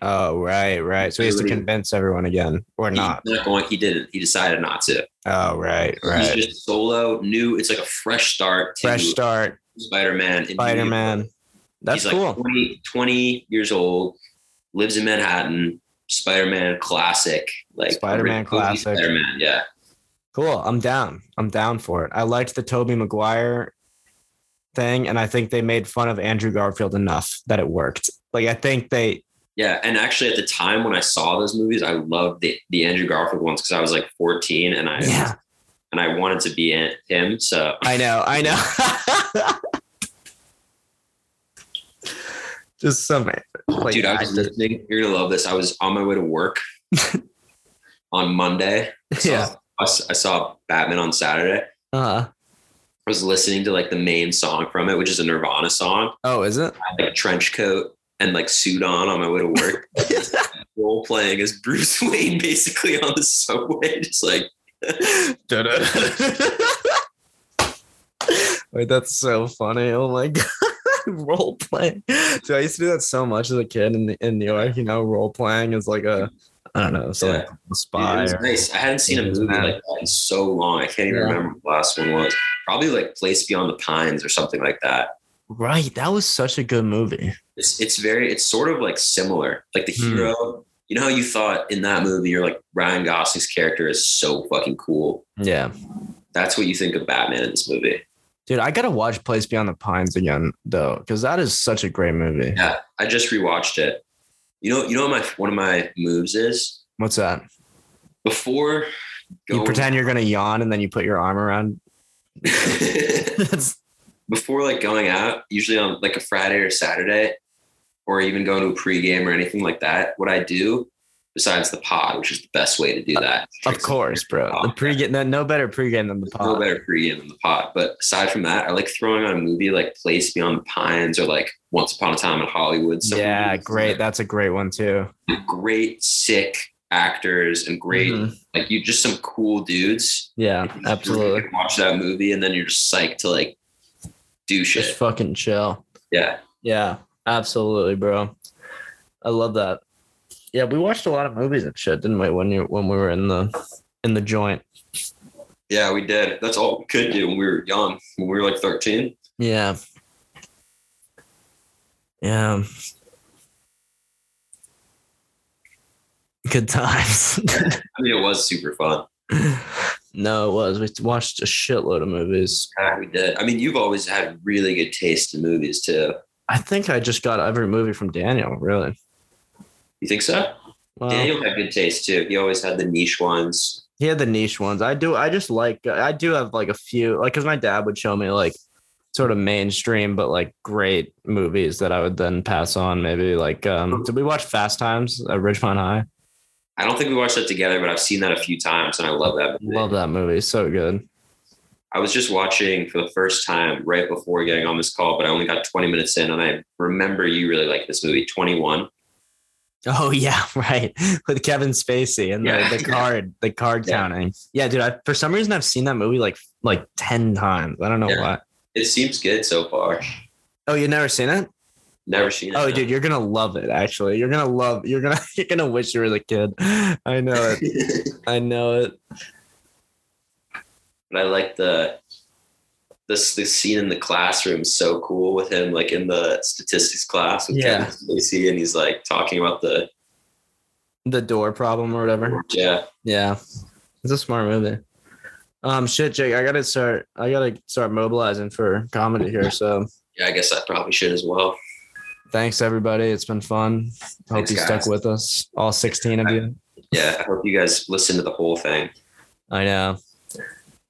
Oh, right, right. So he has to
Really?
convince everyone again, or
He's
not.
not going. He didn't. He decided not to.
Oh, right,
He's
right.
just solo, new. It's like a fresh start. To
Fresh start,
Spider-Man. in New
Spider Man.
York.
That's
He's
cool.
Like 20, 20 years old, lives in Manhattan. Spider-Man classic, like
Spider-Man
original movie
classic.
Spider-Man, yeah.
Cool. I'm down. I'm down for it. I liked the Toby Maguire thing, and I think they made fun of Andrew Garfield enough that it worked. Like I think they
Yeah, and actually, at the time when I saw those movies, I loved the the Andrew Garfield ones because I was like 14 and I
Yeah.
and I wanted to be in him. So
I know, I know. Just some like
dude, I was
actors.
listening. You're gonna love this. I was on my way
[laughs]
to work on Monday. I saw-
Yeah.
I s- I saw Batman on Saturday.
uh
I was listening to like the main song from it, which is a Nirvana song.
oh, is it?
I had, like a trench coat and like suit on on my way to
[laughs]
work. Role playing as Bruce Wayne basically on the subway, just like
Wait, that's so funny. Oh my god. [laughs] role playing. So I used to do that so much as a kid in in New York, you know, role playing is like a I don't know, so like a
Dude,
spy.
it was
or-
nice. I hadn't seen a
It was
movie
mad.
like that in so long. I can't even
Yeah.
remember what the last one was. Probably like Place Beyond the Pines or something like that.
Right. That was such a good movie.
It's it's very it's sort of like similar. Like the
Hmm.
hero, you know how you thought in that movie you're like Ryan Gosling's character is so fucking cool.
Yeah.
That's what you think of Batman in this movie.
Dude, I gotta watch Place Beyond the Pines again though, because that is such a great movie.
Yeah, I just rewatched it. You know, you know what my one of my moves is
What's that?
before
you pretend you're gonna yawn and then you put your arm around. [laughs] That's
[laughs] before like going out, usually on like a Friday or Saturday, or even going to a pregame or anything like that, what I do, besides the pod, which is the best way to do that.
of course, bro. The pregame, no, no better pregame than the
There's No
pod.
better pregame than the pod. But aside from that, I like throwing on a movie like Place Beyond the Pines or like Once Upon a Time in Hollywood. Some
Yeah,
movies
great. That's a great one too.
with Great, sick actors and great,
Mhm.
like you just some cool dudes.
Yeah,
You
absolutely.
can watch that movie and then you're just psyched to like do
Just
shit.
fucking chill.
Yeah.
Yeah, absolutely, bro. I love that. Yeah, we watched a lot of movies and shit, didn't we? When you when we were in the in the joint.
Yeah, we did. That's all we could do when we were young, when we were like 13.
Yeah. Yeah. Good times.
I mean, it was super fun.
no, it was. We watched a shitload of movies.
Yeah, Ah, we did. I mean, you've always had really good taste in movies, too.
I think I just got every movie from Daniel, really.
You think so?
Well,
Daniel had good taste, too. He always had the niche ones.
he had the niche ones. I do. I just like. I do have like a few, like because my dad would show me like sort of mainstream, but like great movies that I would then pass on. Maybe like, um, did we watch Fast Times at Ridgemont High?
I don't think we watched that together, but I've seen that a few times and I love that. Movie.
Love that movie. So good.
I was just watching for the first time right before getting on this call, but I only got 20 minutes in and I remember you really like this movie, 21.
Oh [laughs] yeah, right. With Kevin Spacey and
Yeah.
the, the card, the card
Yeah.
counting. Yeah, dude. I, for some reason, I've seen that movie like like ten times. I don't know
Yeah.
why.
It seems good so far.
Oh, you've never seen it?
Never seen it.
Oh, dude, you're gonna love it. Actually, you're gonna love. You're gonna [laughs] you're gonna wish you were the kid. I know it.
[laughs]
I know it.
but I like the this the scene in the classroom is so cool with him like in the statistics class with
Yeah.
Kevin Spacey and he's like talking about the
The door problem or whatever.
yeah
Yeah, it's a smart movie. Um, shit, Jake, I gotta start. I gotta start mobilizing for comedy here. So
yeah I guess I probably should as well.
thanks everybody. It's been fun. Hope
Thanks,
you
guys.
stuck with us, all sixteen of you.
Yeah, I hope you guys listen to the whole thing. [laughs]
I know.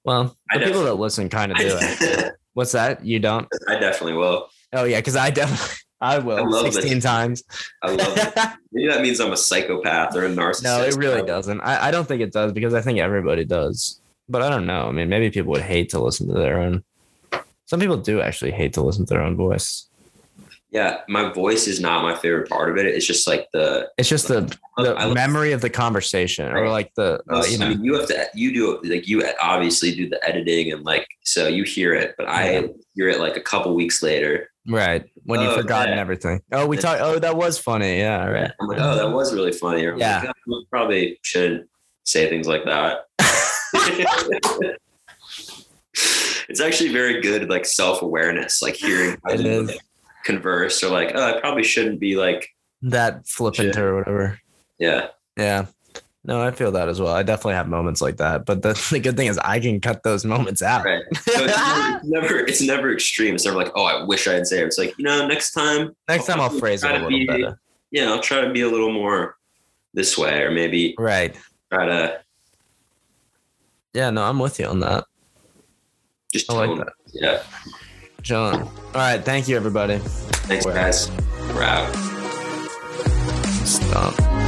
Well,
I
the people
def-
that listen kind of do
[laughs]
it.
I,
What's that? You don't?
definitely will.
Oh yeah, because I definitely [laughs] I
I
will
love this.
sixteen times.
I love it.
[laughs]
Maybe that means I'm a psychopath or a narcissist.
No, it really
but
doesn't. I, I don't think it does because I think everybody does. But I don't know. I mean, maybe people would hate to listen to their own. Some people do actually hate to listen to their own voice.
Yeah, my voice is not my favorite part of it. It's just like the
It's just the, the
I- I-
memory of the conversation or
Right.
like the, uh, you
I
know,
mean, you have to you do like you obviously do the editing and like so you hear it, but I hear it like a couple weeks later.
right. When you've
Oh,
forgotten
yeah.
everything. Oh, we talked. Oh, that was funny. Yeah. Right.
I'm like, oh, that was really funny. Or I'm
Yeah.
like, "Oh, probably shouldn't say things like
[laughs]
that. it's actually very good, like self awareness, like hearing how
It
you
is.
like, converse or like, oh, I probably shouldn't be like,
That flippant
Shit.
or whatever.
yeah,
Yeah. No, I feel that as well. I definitely have moments like that. But the, [laughs] the good thing is I can cut those moments out.
right. So
[laughs]
it's never, it's never, it's never extreme. It's never like, oh, I wish I had said it. It's like, you know, next time,
Next time I'll phrase it
Try
a
to
little
be-
better.
yeah, I'll try to be a little more this way, or maybe
Right.
try to
Yeah, no, I'm with you on that.
just
I like
tone-
that.
Yeah.
John. All right. Thank you, everybody.
Thanks,
Wow.
guys. We're out.
Stop.